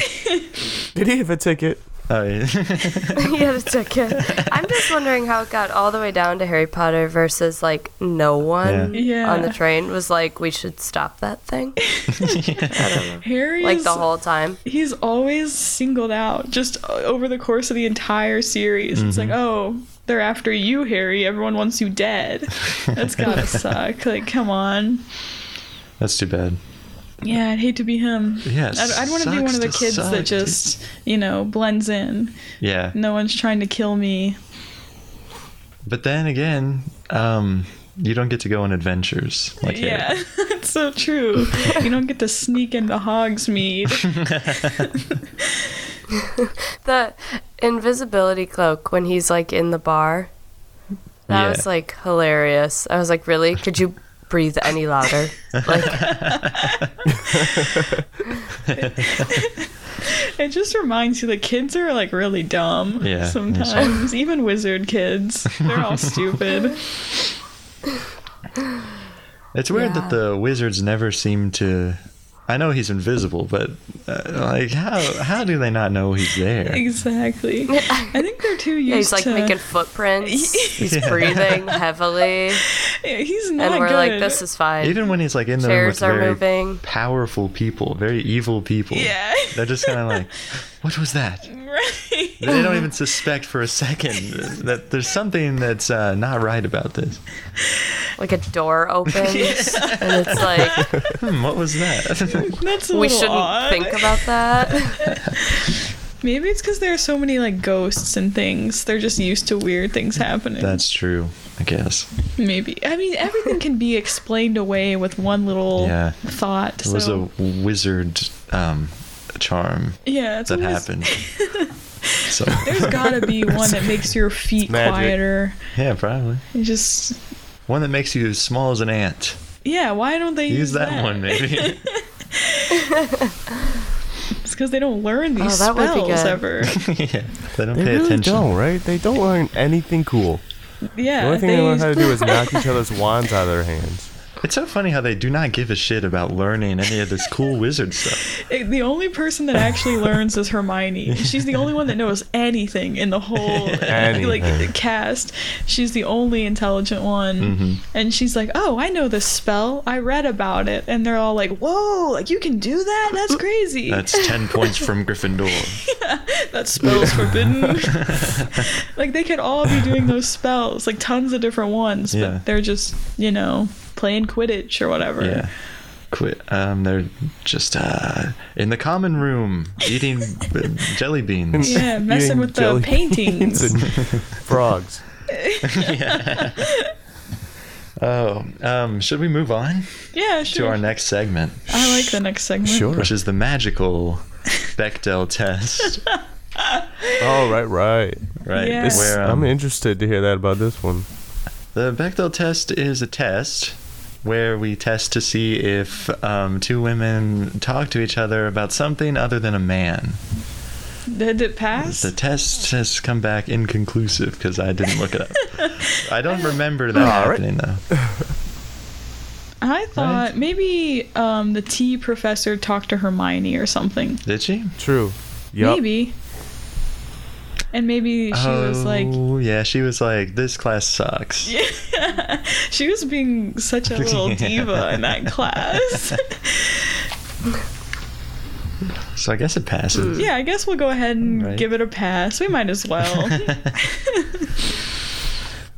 Speaker 3: Did he have a ticket?
Speaker 2: Oh, yeah.
Speaker 4: he had a ticket. I'm just wondering how it got all the way down to Harry Potter versus like no one
Speaker 1: Yeah. Yeah.
Speaker 4: on the train was like, we should stop that thing. I don't know.
Speaker 1: Harry
Speaker 4: Like
Speaker 1: is-
Speaker 4: the whole time.
Speaker 1: He's always singled out just o- over the course of the entire series. It's
Speaker 2: Mm-hmm.
Speaker 1: like, oh, they're after you, Harry. Everyone wants you dead. That's gotta suck. Like, come on.
Speaker 2: That's too bad.
Speaker 1: Yeah, I'd hate to be him.
Speaker 2: Yeah, it
Speaker 1: I'd, I'd want to be
Speaker 2: sucks
Speaker 1: one of the
Speaker 2: to
Speaker 1: kids
Speaker 2: suck,
Speaker 1: that
Speaker 2: dude.
Speaker 1: just, you know, blends in.
Speaker 2: Yeah.
Speaker 1: No one's trying to kill me.
Speaker 2: But then again, um, you don't get to go on adventures like Harry.
Speaker 1: yeah, it's so true. you don't get to sneak into Hogsmeade.
Speaker 4: The invisibility cloak when he's like in the bar. That
Speaker 2: Yeah.
Speaker 4: was like hilarious. I was like, really? Could you breathe any louder? Like,
Speaker 1: It just reminds you that kids are like really dumb
Speaker 2: Yeah, yeah.
Speaker 1: sometimes. Even wizard kids, they're all stupid.
Speaker 2: It's weird that
Speaker 4: Yeah.
Speaker 2: the wizards never seem to. I know he's invisible, but uh, like how how do they not know he's there?
Speaker 1: Exactly. I think they're too used
Speaker 4: yeah, he's like
Speaker 1: to.
Speaker 4: making footprints. He's breathing heavily.
Speaker 1: Yeah, he's not
Speaker 4: And we're
Speaker 1: good.
Speaker 4: like, this is fine.
Speaker 2: Even when he's like in the room with
Speaker 4: Chairs are
Speaker 2: very
Speaker 4: moving.
Speaker 2: powerful people, very evil people.
Speaker 1: Yeah.
Speaker 2: They're just kind of like, what was that?
Speaker 1: right.
Speaker 2: They don't even suspect for a second that there's something that's uh, not right about this.
Speaker 4: like a door opens and it's like
Speaker 2: Hmm, what was that?
Speaker 1: That's a
Speaker 4: we
Speaker 1: little
Speaker 4: shouldn't
Speaker 1: odd.
Speaker 4: think about that
Speaker 1: Maybe it's because there are so many like ghosts and things. They're just used to weird things happening.
Speaker 2: that's true, I guess.
Speaker 1: Maybe. I mean, everything can be explained away with one little
Speaker 2: Yeah.
Speaker 1: thought.
Speaker 2: It was
Speaker 1: so-
Speaker 2: a wizard um, charm
Speaker 1: yeah, it's
Speaker 2: that
Speaker 1: always-
Speaker 2: happened. so
Speaker 1: There's gotta be one that makes your feet
Speaker 3: magic.
Speaker 1: quieter.
Speaker 2: yeah, probably.
Speaker 1: You just
Speaker 2: One that makes you as small as an ant.
Speaker 1: yeah. Why don't they
Speaker 2: Use, that, one, maybe.
Speaker 1: It's because they don't learn these
Speaker 4: Oh, that would be
Speaker 1: spells
Speaker 4: good.
Speaker 1: ever.
Speaker 2: yeah, they don't
Speaker 3: They
Speaker 2: pay
Speaker 3: really
Speaker 2: attention.
Speaker 3: don't, right? They don't learn anything cool.
Speaker 1: Yeah.
Speaker 3: the only thing they,
Speaker 1: Uh, they
Speaker 3: learn how to do is knock each other's wands out of their hands.
Speaker 2: It's so funny how they do not give a shit about learning any of this cool wizard stuff.
Speaker 1: It- the only person that actually learns is Hermione. She's the only one that knows anything in the whole uh,
Speaker 3: Anything.
Speaker 1: like cast. She's the only intelligent one,
Speaker 2: Mm-hmm.
Speaker 1: and she's like, "Oh, I know this spell. I read about it." And they're all like, "Whoa! Like you can do that? That's crazy.
Speaker 2: That's ten points from Gryffindor.
Speaker 1: that spell's forbidden." like they could all be doing those spells, like tons of different ones,
Speaker 2: Yeah.
Speaker 1: but they're just you know playing Quidditch or whatever.
Speaker 2: Yeah. Quit. Um, they're just uh, in the common room eating b- jelly beans.
Speaker 1: Yeah, messing
Speaker 3: Eating
Speaker 1: with the
Speaker 3: jelly
Speaker 1: paintings.
Speaker 3: beans and frogs.
Speaker 2: Oh, um, should we move on
Speaker 1: yeah,
Speaker 2: to
Speaker 1: sure.
Speaker 2: our next segment,
Speaker 1: I like the next segment.
Speaker 3: Sure.
Speaker 2: which is the magical Bechdel test?
Speaker 3: All right, right.
Speaker 2: Right.
Speaker 1: Yeah. This-
Speaker 2: Where,
Speaker 3: I'm
Speaker 2: um,
Speaker 3: interested to hear that about this one.
Speaker 2: The Bechdel test is a test where we test to see if um, two women talk to each other about something other than a man.
Speaker 1: Did it pass?
Speaker 2: The test has come back inconclusive because I didn't look it up. I don't remember that happening though.
Speaker 1: I thought maybe um, the tea professor talked to Hermione or something.
Speaker 2: Did she?
Speaker 3: True. Yep.
Speaker 1: Maybe. And maybe she was like,
Speaker 2: oh yeah, she was like, "This class sucks."
Speaker 1: she was being such a little diva in that class.
Speaker 2: So I guess it passes.
Speaker 1: yeah, I guess we'll go ahead and
Speaker 2: Right.
Speaker 1: give it a pass. We might as well.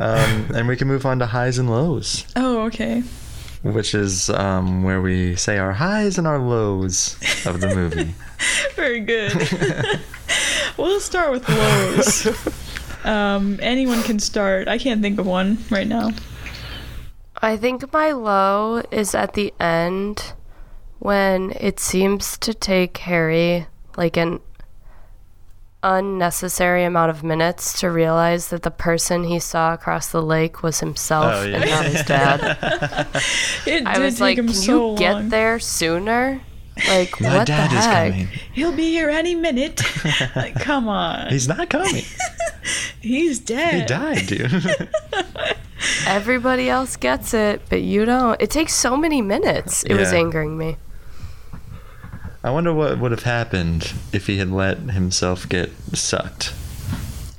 Speaker 2: Um, and we can move on to highs and lows,
Speaker 1: oh, okay.
Speaker 2: which is um, where we say our highs and our lows of the movie.
Speaker 1: Very good. we'll start with lows. Um, anyone can start. I can't think of one right now.
Speaker 4: i think my low is at the end when it seems to take harry like an unnecessary amount of minutes to realize that the person he saw across the lake was himself
Speaker 2: Oh, yeah.
Speaker 4: and not his dad
Speaker 1: It
Speaker 4: i
Speaker 1: did
Speaker 4: was
Speaker 1: take
Speaker 4: like
Speaker 1: him
Speaker 4: can
Speaker 1: so
Speaker 4: you get
Speaker 1: long.
Speaker 4: there sooner Like,
Speaker 2: My
Speaker 4: what
Speaker 2: dad
Speaker 4: the
Speaker 2: is
Speaker 4: heck?
Speaker 2: coming.
Speaker 1: He'll be here any minute. like, come on. He's,
Speaker 2: He's not coming.
Speaker 1: dead.
Speaker 2: He died, dude.
Speaker 4: Everybody else gets it, but you don't. It takes so many minutes. It was
Speaker 2: Yeah.
Speaker 4: angering me.
Speaker 2: I wonder what would have happened if he had let himself get sucked.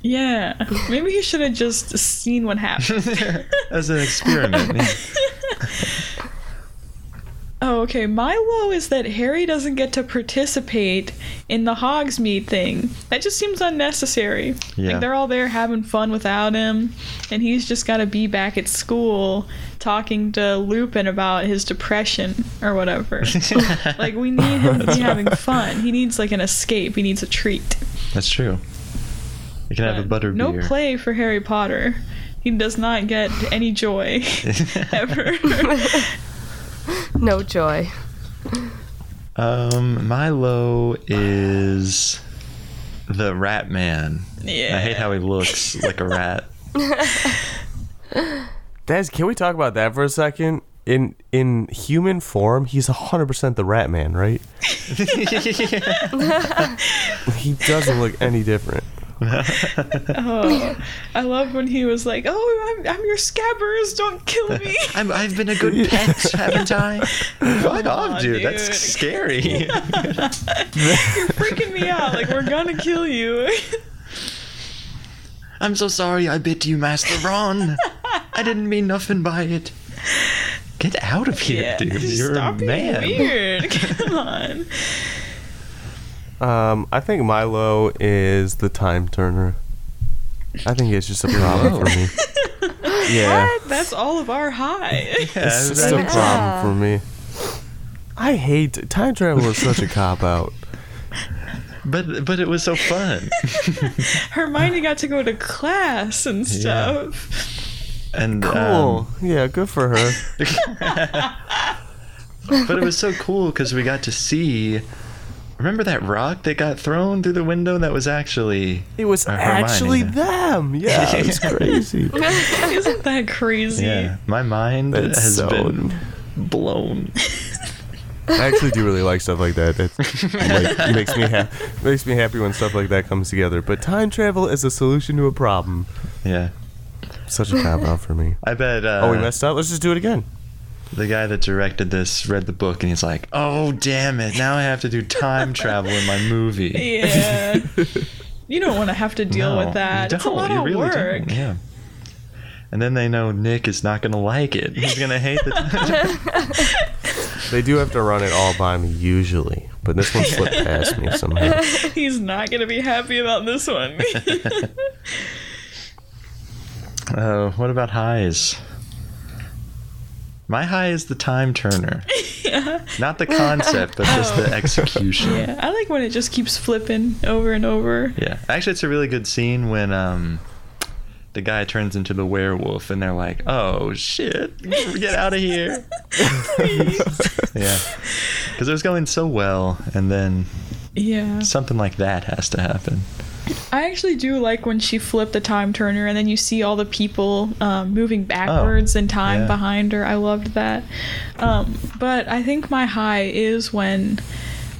Speaker 1: Yeah. Maybe he should have just seen what happened.
Speaker 2: As an experiment. yeah.
Speaker 1: oh, okay. My woe is that Harry doesn't get to participate in the Hogsmeade thing. That just seems unnecessary.
Speaker 2: Yeah.
Speaker 1: Like they're all there having fun without him, and he's just got to be back at school talking to Lupin about his depression or whatever. like we need him to be having fun. He needs like an escape. He needs a treat.
Speaker 2: That's true. You can have a
Speaker 1: But
Speaker 2: butter
Speaker 1: Uh, no
Speaker 2: beer.
Speaker 1: play for Harry Potter. He does not get any joy ever.
Speaker 4: No joy.
Speaker 2: Um, Milo is the rat man.
Speaker 1: yeah.
Speaker 2: I hate how he looks like a rat.
Speaker 3: Guys, can we talk about that for a second? In in human form, he's hundred percent the Rat Man, right? He doesn't look any different.
Speaker 1: Oh, I love when he was like, "Oh, I'm, I'm your scabbers. Don't kill me."
Speaker 2: I'm, I've been a good pet, haven't I? Fuck off, dude.
Speaker 1: dude.
Speaker 2: That's scary.
Speaker 1: You're freaking me out. Like we're gonna kill you.
Speaker 2: I'm so sorry I bit you, Master Ron. I didn't mean nothing by it. Get out of here, dude. You're
Speaker 1: Stop
Speaker 2: a man.
Speaker 1: Being weird. Come on.
Speaker 3: Um, I think Milo is the time turner. I think it's just a problem for me. Yeah,
Speaker 1: That's all of our high.
Speaker 2: Yeah,
Speaker 3: it's
Speaker 2: that
Speaker 3: just a
Speaker 2: makes-
Speaker 3: problem for me. I hate time travel is such a cop out.
Speaker 2: but but it was so fun.
Speaker 1: Hermione got to go to class and stuff.
Speaker 2: And um,
Speaker 3: Cool. yeah, good for her.
Speaker 2: but it was so cool because we got to see. Remember that rock that got thrown through the window? That was actually
Speaker 3: It was
Speaker 2: Or Hermione.
Speaker 3: actually them. Yeah, it's crazy.
Speaker 1: Isn't that crazy?
Speaker 2: yeah. My mind
Speaker 3: That's
Speaker 2: has
Speaker 3: so-
Speaker 2: been blown.
Speaker 3: I actually do really like stuff like that. It like, makes me ha- makes me happy when stuff like that comes together. But time travel is a solution to a problem.
Speaker 2: Yeah,
Speaker 3: Such a cop out for me.
Speaker 2: I bet. Uh,
Speaker 3: oh, we messed up. Let's just do it again.
Speaker 2: the guy that directed this read the book and he's like, "Oh damn it! Now I have to do time travel in my movie."
Speaker 1: Yeah.
Speaker 3: Uh.
Speaker 1: You don't want to have to deal
Speaker 2: No,
Speaker 1: with that.
Speaker 2: you
Speaker 1: It's a
Speaker 2: don't.
Speaker 1: lot
Speaker 2: You
Speaker 1: of
Speaker 2: really
Speaker 1: work.
Speaker 2: don't. Yeah. And then they know Nick is not gonna like it. He's gonna hate the time.
Speaker 3: They do have to run it all by me usually, but this one slipped past me somehow.
Speaker 1: He's not gonna be happy about this one.
Speaker 2: Uh, what about highs? My high is the time turner. Not the concept, but just the execution.
Speaker 1: Oh. Yeah, I like when it just keeps flipping over and over.
Speaker 2: Yeah. Actually, it's a really good scene when um, the guy turns into the werewolf and they're like, oh, shit, get out of here. yeah. Because it was going so well, and then
Speaker 1: Yeah.
Speaker 2: something like that has to happen.
Speaker 1: I actually do like when she flipped the time turner and then you see all the people um, moving backwards in time
Speaker 2: Oh, yeah.
Speaker 1: behind her. I loved that. Um, but I think my high is when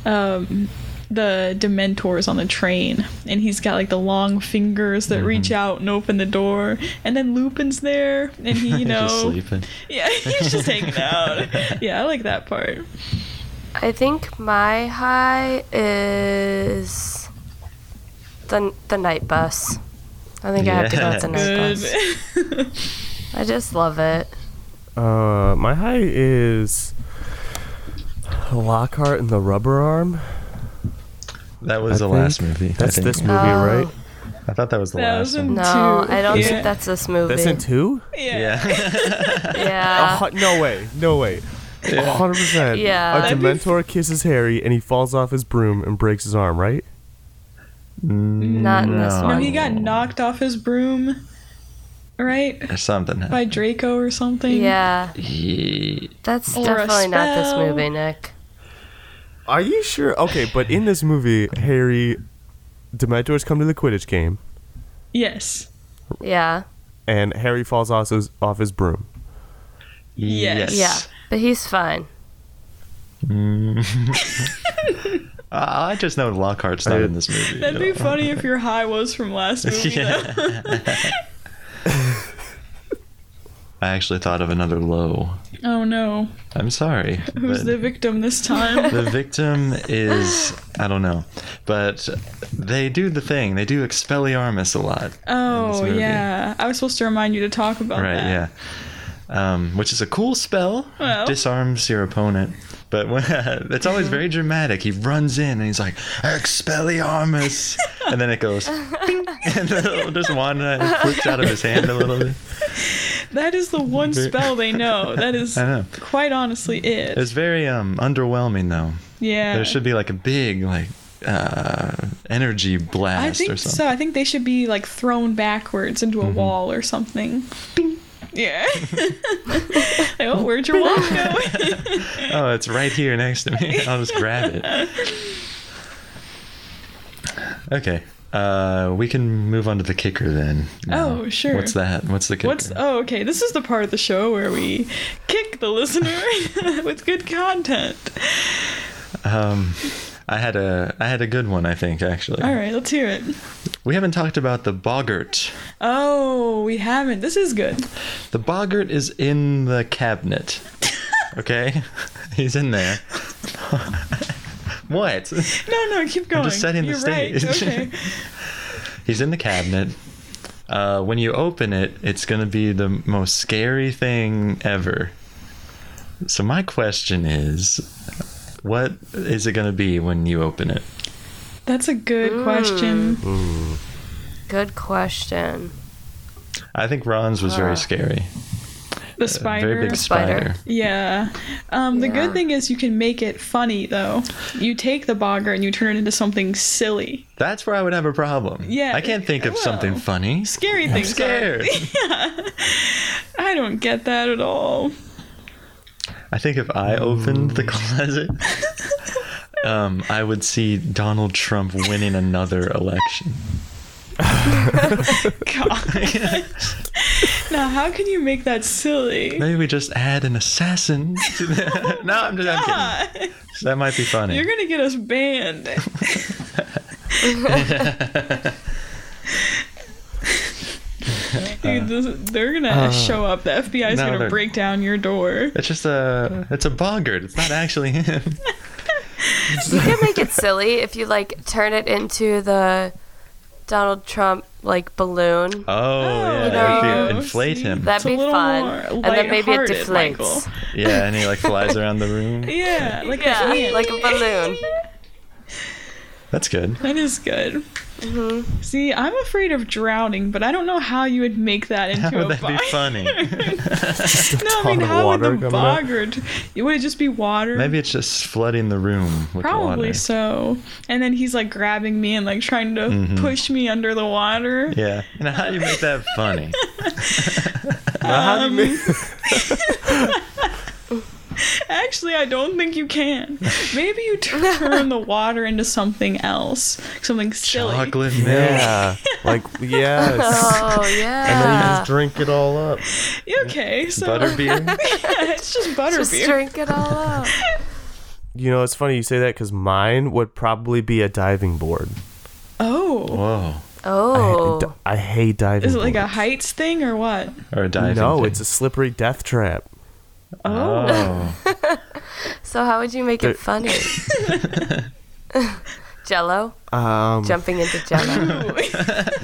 Speaker 1: um, the Dementor's on the train and he's got like the long fingers that
Speaker 2: Mm-hmm.
Speaker 1: reach out and open the door. And then Lupin's there and he, you know.
Speaker 2: Just sleeping.
Speaker 1: Yeah, he's just hanging out. Yeah, I like that part.
Speaker 4: I think my high is the the night bus. I think I have to go with the night bus.
Speaker 1: Good.
Speaker 4: I just love it.
Speaker 3: Uh, my high is Lockhart and the Rubber Arm.
Speaker 2: That was
Speaker 3: I
Speaker 2: the last
Speaker 3: think
Speaker 2: movie. I
Speaker 3: That's
Speaker 2: think.
Speaker 3: this movie,
Speaker 4: Oh.
Speaker 3: right?
Speaker 2: I thought that was the
Speaker 1: That
Speaker 2: last
Speaker 1: was
Speaker 2: one.
Speaker 1: in-
Speaker 4: No,
Speaker 1: Two.
Speaker 4: I don't
Speaker 1: Yeah.
Speaker 4: think that's this movie.
Speaker 3: That's in two.
Speaker 1: yeah.
Speaker 2: Yeah.
Speaker 4: yeah.
Speaker 3: Oh, no way. No way. A hundred percent.
Speaker 4: Uh, Yeah.
Speaker 3: A
Speaker 4: That'd
Speaker 1: be f-
Speaker 3: Dementor kisses Harry and he falls off his broom and breaks his arm. Right?
Speaker 4: Not in this
Speaker 2: No.
Speaker 1: No,
Speaker 4: one.
Speaker 1: he got knocked off his broom, right?
Speaker 2: or something.
Speaker 1: By Draco or something.
Speaker 4: yeah,
Speaker 2: Yeah.
Speaker 4: that's
Speaker 1: Or a
Speaker 4: definitely not this
Speaker 1: spell.
Speaker 4: movie, Nick.
Speaker 3: Are you sure? Okay, but in this movie, Harry Dementors come to the Quidditch game
Speaker 1: Yes.
Speaker 4: Yeah,
Speaker 3: and Harry falls off his off his broom.
Speaker 1: Yes.
Speaker 2: Yes.
Speaker 4: yeah, but he's fine.
Speaker 2: Mm. I just know Lockhart's not
Speaker 3: I-
Speaker 2: in this movie.
Speaker 1: That'd
Speaker 2: at
Speaker 1: be
Speaker 2: all.
Speaker 1: funny if your high was from last movie.
Speaker 2: Yeah.
Speaker 1: though.
Speaker 2: I actually thought of another low.
Speaker 1: Oh no.
Speaker 2: I'm sorry.
Speaker 1: Who's
Speaker 2: but
Speaker 1: the victim this time?
Speaker 2: the victim is I don't know, but they do the thing. They do Expelliarmus a lot. in this
Speaker 1: Oh
Speaker 2: movie.
Speaker 1: yeah. I was supposed to remind you to talk about
Speaker 2: Right,
Speaker 1: that.
Speaker 2: yeah. Um, which is a cool spell.
Speaker 1: Well.
Speaker 2: Disarms your opponent. But when, it's always very dramatic. He runs in and he's like, Expelliarmus! and then it goes, "Ping," and then it'll just wander and it flips out of his hand a little bit.
Speaker 1: That is the one
Speaker 2: Very-
Speaker 1: spell they know. That is
Speaker 2: I know.
Speaker 1: quite honestly it.
Speaker 2: It's very um, underwhelming, though.
Speaker 1: yeah.
Speaker 2: There should be like a big, like, uh, energy blast
Speaker 1: I think
Speaker 2: or Mm-hmm. something.
Speaker 1: so. I think they should be like thrown backwards into a wall or something. Yeah. like, oh, where'd your wall go?
Speaker 2: Oh, it's right here next to me. I'll just grab it. Okay. Uh, we can move on to the kicker then.
Speaker 1: Oh, sure.
Speaker 2: What's that? What's the kicker?
Speaker 1: What's oh okay? This is the part of the show where we kick the listener with good content.
Speaker 2: um, I had a I had a good one. I think actually.
Speaker 1: All right, let's hear it.
Speaker 2: We haven't talked about the boggart.
Speaker 1: Oh, we haven't. This is good.
Speaker 2: The boggart is in the cabinet. Okay, he's in there. what?
Speaker 1: No, no, keep going.
Speaker 2: just setting the
Speaker 1: You're Right.
Speaker 2: stage.
Speaker 1: Okay.
Speaker 2: He's in the cabinet. Uh, when you open it, it's going to be the most scary thing ever. So, my question is what is it going to be when you open it?
Speaker 1: That's a good question.
Speaker 2: Mm.
Speaker 4: Good question.
Speaker 2: I think Ron's was very scary.
Speaker 1: The
Speaker 2: A very
Speaker 1: Uh, spider.
Speaker 2: big
Speaker 4: Spider.
Speaker 2: spider.
Speaker 1: yeah. Um, the good
Speaker 4: Yeah.
Speaker 1: thing is you can make it funny though. You take the bogger and you turn it into something silly.
Speaker 2: That's where I would have a problem.
Speaker 1: Yeah,
Speaker 2: I can't think of
Speaker 1: well,
Speaker 2: something funny.
Speaker 1: Scary
Speaker 2: I'm
Speaker 1: things. are-
Speaker 2: scared.
Speaker 1: I don't get that at all.
Speaker 2: I think if I opened the closet, um, I would see Donald Trump winning another election.
Speaker 1: God. now, how can you make that silly?
Speaker 2: Maybe we just add an assassin to the. no, I'm just I'm kidding.
Speaker 1: God.
Speaker 2: That might be funny.
Speaker 1: You're gonna get us banned. Dude, this, they're gonna show up. The FBI's
Speaker 2: Uh, no,
Speaker 1: gonna
Speaker 2: they're-
Speaker 1: break down your door.
Speaker 2: It's just a. It's a boggart. It's not actually him.
Speaker 4: You can make it silly if you like turn it into the Donald Trump like balloon.
Speaker 2: Oh, yeah.
Speaker 1: there
Speaker 2: if
Speaker 1: you
Speaker 2: you
Speaker 1: go.
Speaker 2: inflate
Speaker 1: See?
Speaker 2: him.
Speaker 4: That'd
Speaker 1: a
Speaker 4: be
Speaker 1: little
Speaker 4: fun.
Speaker 1: more
Speaker 4: And then maybe it
Speaker 1: lighthearted,
Speaker 4: deflates.
Speaker 1: Michael.
Speaker 2: Yeah, and he like flies around the room.
Speaker 1: Yeah, like
Speaker 4: Yeah,
Speaker 1: that.
Speaker 4: like a balloon.
Speaker 2: That's good.
Speaker 1: That is good. See, I'm afraid of drowning, but I don't know how you would make that into
Speaker 2: How
Speaker 1: a
Speaker 2: would that be
Speaker 1: bog-
Speaker 2: funny?
Speaker 1: No, I
Speaker 3: Ton
Speaker 1: mean,
Speaker 3: of
Speaker 1: how would the
Speaker 3: water coming out.
Speaker 1: boggart? It would it just be water?
Speaker 2: Maybe it's just flooding the room with
Speaker 1: Probably
Speaker 2: water.
Speaker 1: so. And then he's like grabbing me and like trying to push me under the water.
Speaker 2: Mm-hmm. Yeah. And how do you make that funny?
Speaker 3: How do you make-
Speaker 1: Actually, I don't think you can. Maybe you tur- turn the water into something else, something silly.
Speaker 2: Chocolate milk.
Speaker 3: yeah, like yes.
Speaker 4: Oh
Speaker 3: And then you
Speaker 4: yeah.
Speaker 3: just drink it all up.
Speaker 1: Okay, so
Speaker 2: Butterbeer.
Speaker 1: it's just butterbeer.
Speaker 4: Just drink it all up.
Speaker 3: You know, it's funny you say that because mine would probably be a diving board.
Speaker 1: Oh,
Speaker 2: Whoa.
Speaker 4: Oh.
Speaker 3: I, I hate diving.
Speaker 1: is it like a
Speaker 3: boards.
Speaker 1: heights thing or what?
Speaker 2: Or a diving.
Speaker 3: No,
Speaker 2: thing.
Speaker 3: it's a slippery death trap.
Speaker 2: Oh.
Speaker 4: So how would you make
Speaker 3: There-
Speaker 4: it funny? Jello,
Speaker 3: Um,
Speaker 4: jumping into Jello.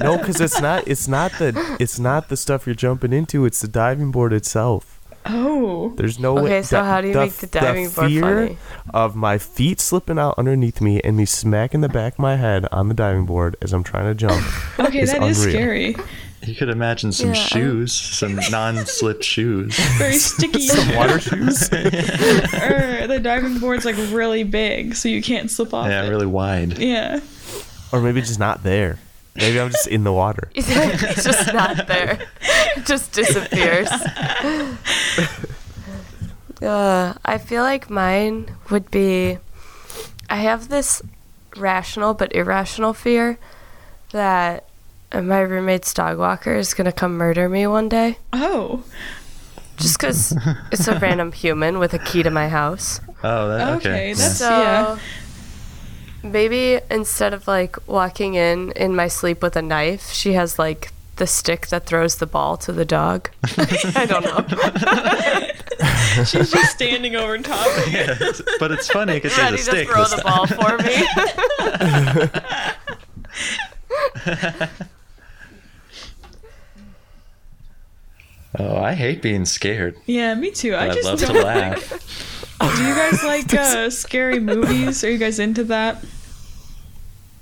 Speaker 3: no, because it's not. It's not the. It's not the stuff you're jumping into. It's the diving board itself.
Speaker 1: Oh,
Speaker 3: There's no way.
Speaker 4: Okay, so how do you make the diving board
Speaker 3: fear
Speaker 4: funny?
Speaker 3: Of my feet slipping out underneath me and me smacking the back of my head on the diving board as I'm trying to jump.
Speaker 1: okay,
Speaker 3: It's
Speaker 1: that is
Speaker 3: unreal.
Speaker 1: scary.
Speaker 2: You could imagine some
Speaker 4: Yeah, I-
Speaker 2: shoes, some non-slip shoes.
Speaker 1: Very sticky.
Speaker 3: Water shoes.
Speaker 1: or the diving board's like really big, so you can't slip off.
Speaker 2: Yeah,
Speaker 1: it.
Speaker 2: really wide.
Speaker 1: Yeah.
Speaker 3: or maybe just not there. Maybe I'm just in the water.
Speaker 4: it's just not there. It just disappears. uh, I feel like mine would be I have this rational but irrational fear that my roommate's dog walker is going to come murder me one day.
Speaker 1: Oh.
Speaker 4: just because it's a random human with a key to my house.
Speaker 2: Oh, that, okay.
Speaker 1: Okay,
Speaker 2: Yeah.
Speaker 1: that's-
Speaker 4: So
Speaker 1: Yeah.
Speaker 4: maybe instead of like walking in in my sleep with a knife, she has like the stick that throws the ball to the dog. I don't know.
Speaker 1: She's just standing over top of it.
Speaker 2: Yeah, it's- but it's funny because there's a
Speaker 4: Ready to
Speaker 2: stick.
Speaker 4: throw
Speaker 2: this
Speaker 4: the
Speaker 2: time.
Speaker 4: ball for me.
Speaker 2: Oh, I hate being scared.
Speaker 1: Yeah, me too. I
Speaker 2: But I would
Speaker 1: just
Speaker 2: love
Speaker 1: don't
Speaker 2: to laugh.
Speaker 1: Do you guys like uh, scary movies? Are you guys into that?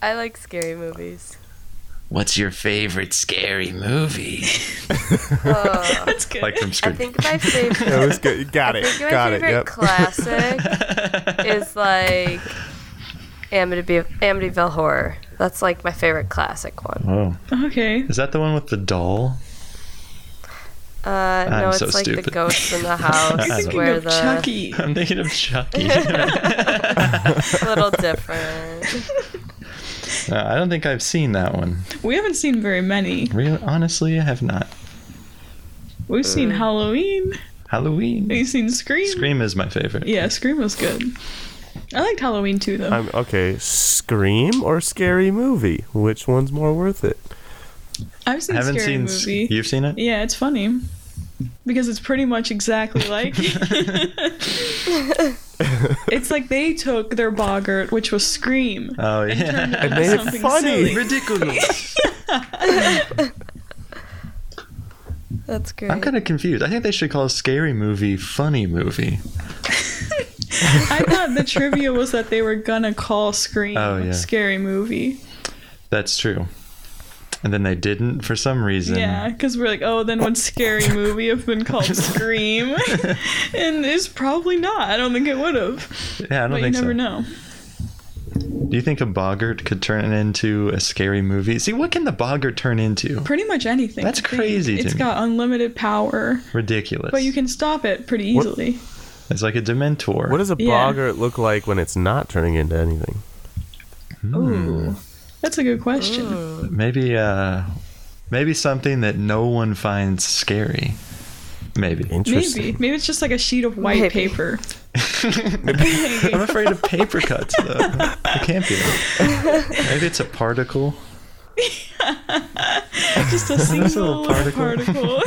Speaker 4: I like scary movies.
Speaker 2: What's your favorite scary movie?
Speaker 4: Uh,
Speaker 1: That's good.
Speaker 2: Like from
Speaker 4: I
Speaker 2: Scream.
Speaker 4: think my favorite.
Speaker 3: That was good. Got
Speaker 4: I
Speaker 3: it.
Speaker 4: think my
Speaker 3: Got it.
Speaker 4: favorite
Speaker 3: Yep.
Speaker 4: classic is like Amityville, Amityville Horror. That's like my favorite classic one.
Speaker 2: Oh,
Speaker 1: okay.
Speaker 2: is that the one with the doll?
Speaker 4: Uh, no, it's
Speaker 2: so
Speaker 4: like the
Speaker 2: stupid.
Speaker 4: ghosts in the
Speaker 2: I
Speaker 1: You're
Speaker 4: house
Speaker 1: thinking
Speaker 4: where
Speaker 1: of
Speaker 4: the
Speaker 1: Chucky.
Speaker 2: I'm thinking of Chucky.
Speaker 4: a little different.
Speaker 2: No, I don't think I've seen that one.
Speaker 1: We haven't seen very many.
Speaker 2: Really, honestly, I have not.
Speaker 1: We've seen
Speaker 4: Mm.
Speaker 1: Halloween.
Speaker 2: Halloween.
Speaker 1: We've seen Scream.
Speaker 2: Scream is my favorite.
Speaker 1: Yeah, Scream was good. I liked Halloween too, though.
Speaker 3: I'm, okay, Scream or Scary Movie? Which one's more worth it?
Speaker 1: I've seen
Speaker 2: I haven't
Speaker 1: Scary
Speaker 2: seen. s-
Speaker 1: Movie.
Speaker 2: You've seen it?
Speaker 1: Yeah, it's funny because it's pretty much exactly like. it's like they took their boggart, which was Scream,
Speaker 2: Oh yeah.
Speaker 1: and
Speaker 3: made it
Speaker 1: something
Speaker 3: funny.
Speaker 1: silly.
Speaker 2: Ridiculous.
Speaker 4: That's great.
Speaker 2: I'm kind of confused. I think they should call a scary movie funny movie.
Speaker 1: I thought the trivia was that they were gonna call Scream
Speaker 2: Oh, yeah.
Speaker 1: Scary Movie.
Speaker 2: That's true. And then they didn't for some reason.
Speaker 1: Yeah, because we're like, oh, then would Scary Movie have been called Scream? and it's probably not. I don't think it would have.
Speaker 2: Yeah, I don't
Speaker 1: But you
Speaker 2: think
Speaker 1: never
Speaker 2: so.
Speaker 1: know.
Speaker 2: Do you think a boggart could turn into a scary movie? See, what can the boggart turn into?
Speaker 1: Pretty much anything.
Speaker 2: That's
Speaker 1: I think.
Speaker 2: crazy to
Speaker 1: It's
Speaker 2: me.
Speaker 1: got unlimited power,
Speaker 2: Ridiculous.
Speaker 1: but you can stop it pretty
Speaker 3: What-
Speaker 1: easily.
Speaker 2: It's like a Dementor.
Speaker 3: What does a
Speaker 1: Yeah.
Speaker 3: boggart look like when it's not turning into anything?
Speaker 1: Ooh. That's a good question.
Speaker 2: Maybe, uh, maybe something that no one finds scary. Maybe.
Speaker 3: Interesting.
Speaker 1: Maybe. Maybe it's just like a sheet of white
Speaker 4: Maybe.
Speaker 1: paper.
Speaker 2: I'm afraid of paper cuts, though. It can't be. That. Maybe it's a particle.
Speaker 1: Just a single
Speaker 2: little
Speaker 1: particle.
Speaker 2: particle.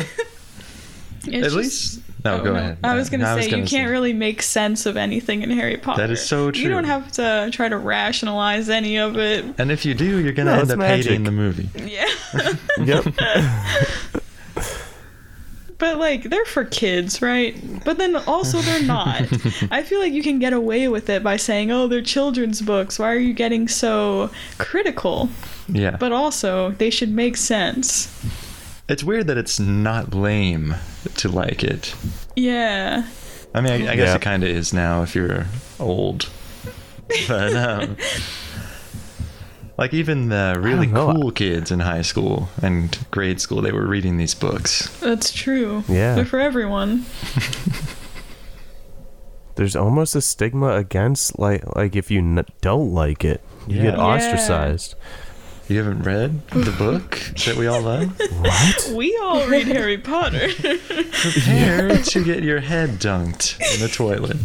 Speaker 1: It's
Speaker 2: At
Speaker 1: just-
Speaker 2: least. No,
Speaker 1: oh,
Speaker 2: go
Speaker 1: no.
Speaker 2: ahead.
Speaker 1: I was gonna
Speaker 2: No,
Speaker 1: say you
Speaker 2: gonna
Speaker 1: can't really make sense of anything in Harry Potter.
Speaker 2: is so
Speaker 1: You
Speaker 2: true.
Speaker 1: don't have to try to rationalize any of it.
Speaker 2: And if you do, you're gonna
Speaker 3: No,
Speaker 2: end
Speaker 3: it's
Speaker 2: up
Speaker 3: magic.
Speaker 2: hating the movie.
Speaker 1: Yeah.
Speaker 3: Yep.
Speaker 1: But like they're for kids, right? But then also they're not. I feel like you can get away with it by saying, "Oh, they're children's books. Why are you getting so critical?"
Speaker 2: Yeah.
Speaker 1: But also, they should make sense.
Speaker 2: it's weird that it's not lame to like it.
Speaker 1: Yeah.
Speaker 2: I mean, I, I guess
Speaker 3: Yeah.
Speaker 2: it kind of is now if you're old. But um, like even the really
Speaker 3: know.
Speaker 2: cool kids in high school and grade school, they were reading these books.
Speaker 1: That's true.
Speaker 3: Yeah.
Speaker 1: They're for everyone.
Speaker 3: There's almost a stigma against like like if you n- don't like it, you
Speaker 2: Yeah.
Speaker 3: get
Speaker 2: Yeah.
Speaker 3: ostracized.
Speaker 2: You haven't read the book that we all love?
Speaker 3: What?
Speaker 1: We all read Harry Potter.
Speaker 2: Prepare to get your head dunked in the toilet.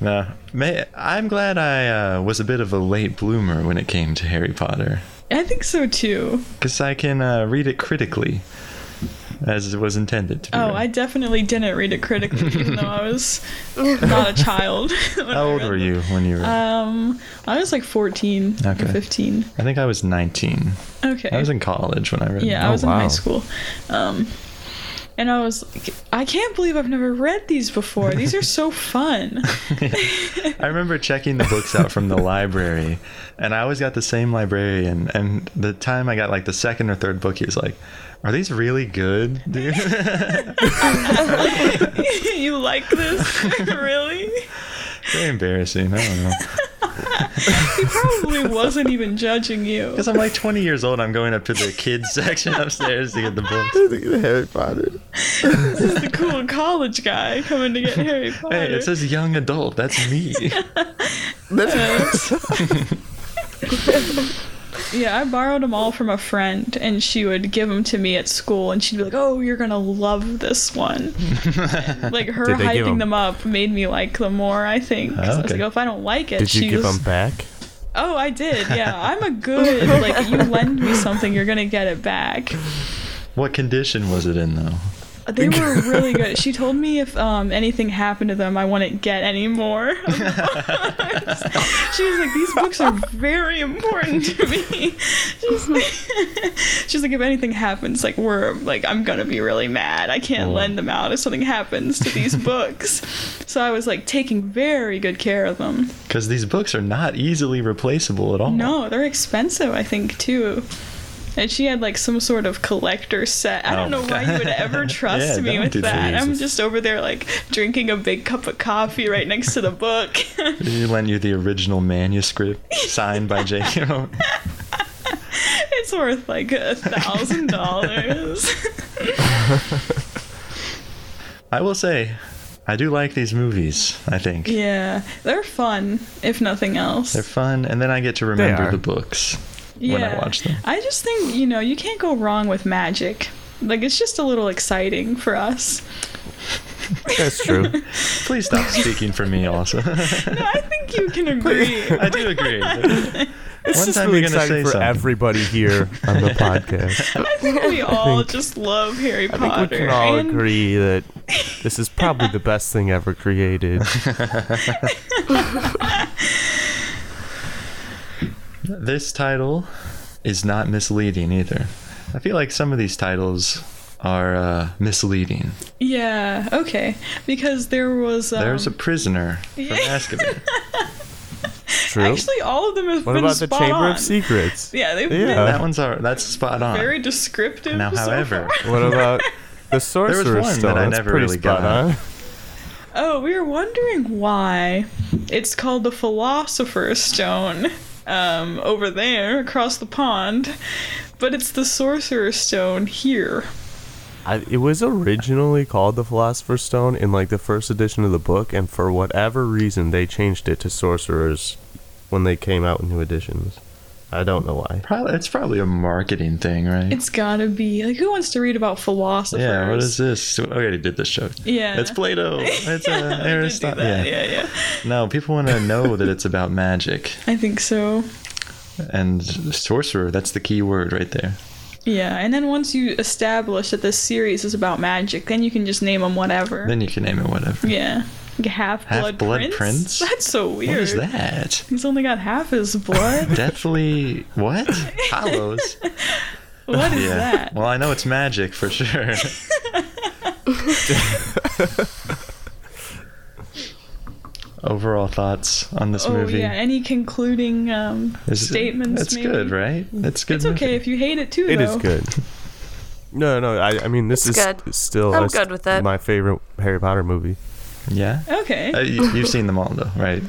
Speaker 3: Toilet.
Speaker 2: No, may, I'm glad I uh, was a bit of a late bloomer when it came to Harry Potter.
Speaker 1: I think so too.
Speaker 2: Because I can uh, read it critically, as it was intended to be.
Speaker 1: Oh,
Speaker 2: read.
Speaker 1: I definitely didn't read it critically, even though I was not a child. when I
Speaker 2: How old
Speaker 1: read
Speaker 2: were
Speaker 1: it.
Speaker 2: you when you were?
Speaker 1: Um, I was like 14 or
Speaker 2: Okay.
Speaker 1: 15.
Speaker 2: I think I was 19.
Speaker 1: Okay.
Speaker 2: I was in college when I read.
Speaker 1: yeah,
Speaker 2: it.
Speaker 1: I
Speaker 3: Oh,
Speaker 1: was in high
Speaker 3: wow.
Speaker 1: school. Um, and I was like, I can't believe I've never read these before. These are so fun.
Speaker 2: I remember checking the books out from the library, and I always got the same librarian. And the time I got like the second or third book, he was like, "Are these really good, dude?"
Speaker 1: you like this? really?
Speaker 2: Very embarrassing. I don't know.
Speaker 1: He probably wasn't even judging you.
Speaker 2: Because I'm like 20 years old, I'm going up to the kids section upstairs to get the books.
Speaker 3: Harry Potter.
Speaker 1: This is the cool college guy coming to get Harry Potter.
Speaker 2: Hey, it says young adult.
Speaker 1: Uh,
Speaker 2: That's me.
Speaker 1: Yeah, I borrowed them all from a friend, and she would give them to me at school, and she'd be like, "Oh, you're gonna love this one." And, like her
Speaker 3: Did they give
Speaker 1: hyping
Speaker 3: 'em-
Speaker 1: them? up made me like them more. I think 'Cause I was
Speaker 2: Ah, Okay.
Speaker 1: like, "Oh, if I don't like it,
Speaker 3: Did you
Speaker 1: she
Speaker 3: give
Speaker 1: was-
Speaker 3: them back?
Speaker 1: Oh, I did. Yeah, I'm a good. like, you lend me something, you're gonna get it back.
Speaker 2: What condition was it in though?
Speaker 1: Uh, They were really good. She told me if um, anything happened to them, I wouldn't get any more. she was like, "These books are very important to me." She's like, she's like, "If anything happens, like we're like I'm gonna be really mad. I can't lend them out if something happens to these books." So I was like taking very good care of them.
Speaker 2: Because these books are not easily replaceable at all.
Speaker 1: No, they're expensive, I think, too. And she had like some sort of collector set. I
Speaker 2: Oh
Speaker 1: don't know
Speaker 2: my
Speaker 1: why
Speaker 2: God.
Speaker 1: you would ever trust
Speaker 2: Yeah,
Speaker 1: me
Speaker 2: don't
Speaker 1: with
Speaker 2: do
Speaker 1: that.
Speaker 2: that.
Speaker 1: I'm just over there like drinking a big cup of coffee right next to the book.
Speaker 2: Did you lend you the original manuscript signed by J.K. Rowling?
Speaker 1: it's worth like a thousand dollars.
Speaker 2: I will say, I do like these movies. I think
Speaker 1: Yeah, they're fun if nothing else.
Speaker 2: they're fun, and then I get to remember
Speaker 3: are.
Speaker 2: the books
Speaker 1: yeah.
Speaker 2: when I watch them.
Speaker 1: I just think you know you can't go wrong with magic. Like it's just a little exciting for us.
Speaker 3: That's true.
Speaker 2: Please stop speaking for me, also.
Speaker 1: No, I think you can agree.
Speaker 2: I do agree.
Speaker 3: It's
Speaker 2: One
Speaker 3: just
Speaker 2: time
Speaker 3: really
Speaker 2: you're gonna
Speaker 3: exciting
Speaker 2: say
Speaker 3: for
Speaker 2: something.
Speaker 3: everybody here on the podcast.
Speaker 1: I think we all just love Harry
Speaker 3: I
Speaker 1: Potter.
Speaker 3: think we can all
Speaker 1: and
Speaker 3: agree that this is probably the best thing ever created.
Speaker 2: This title is not misleading either. I feel like some of these titles are uh, misleading.
Speaker 1: Yeah, okay. Because there was um,
Speaker 2: There's a prisoner from
Speaker 1: yeah.
Speaker 2: Azkaban.
Speaker 3: True.
Speaker 1: actually all of them have
Speaker 3: what
Speaker 1: been
Speaker 3: about the
Speaker 1: spot
Speaker 3: Chamber
Speaker 1: on.
Speaker 3: of Secrets?
Speaker 1: Yeah, they've
Speaker 3: Yeah.
Speaker 1: been
Speaker 2: That one's our, that's spot on.
Speaker 1: very descriptive.
Speaker 2: now,
Speaker 1: so
Speaker 2: however,
Speaker 1: far.
Speaker 3: What about the Sorcerer's
Speaker 2: one that
Speaker 3: Stone?
Speaker 2: I
Speaker 3: That's
Speaker 2: never
Speaker 3: pretty
Speaker 2: really
Speaker 3: spot
Speaker 2: got.
Speaker 3: on.
Speaker 1: oh, we were wondering why it's called the Philosopher's Stone um, over there across the pond, but it's the Sorcerer's Stone here.
Speaker 3: I, it was originally called the Philosopher's Stone in like the first edition of the book, and for whatever reason, they changed it to Sorcerer's when they came out with new editions. I don't know why.
Speaker 2: probably, it's probably a marketing thing, right?
Speaker 1: It's gotta be like who wants to read about philosophers?
Speaker 2: yeah, what is this? We already did this show.
Speaker 1: Yeah.
Speaker 2: It's Plato. It's uh,
Speaker 1: I did do
Speaker 2: Aristotle.
Speaker 1: that,
Speaker 2: yeah.
Speaker 1: yeah, yeah.
Speaker 2: No, people want to know that it's about magic
Speaker 1: I think so.
Speaker 2: and sorcerer. That's the key word right there.
Speaker 1: Yeah, and then once you establish that this series is about magic, then you can just name them whatever.
Speaker 2: Then you can name it whatever.
Speaker 1: yeah. Half blood
Speaker 2: Half-Blood
Speaker 1: prince?
Speaker 2: Prince?
Speaker 1: That's so weird.
Speaker 2: What is that?
Speaker 1: He's only got half his blood.
Speaker 2: Deathly what? Hollows.
Speaker 1: what is
Speaker 2: yeah.
Speaker 1: that?
Speaker 2: Well, I know it's magic for sure. Overall thoughts on this
Speaker 1: oh
Speaker 2: movie?
Speaker 1: yeah, any concluding um,
Speaker 2: Is it-
Speaker 1: statements?
Speaker 2: It's
Speaker 1: maybe?
Speaker 2: good, right? It's good.
Speaker 1: It's okay
Speaker 2: movie.
Speaker 1: if you hate it too,
Speaker 3: It
Speaker 1: though.
Speaker 3: is good. No, no, I, I mean this
Speaker 4: It's
Speaker 3: is
Speaker 4: good.
Speaker 3: still
Speaker 4: I'm
Speaker 3: it's
Speaker 4: good with it.
Speaker 3: my favorite Harry Potter movie.
Speaker 2: Yeah.
Speaker 1: Okay.
Speaker 2: Uh, you, you've seen them all though, right?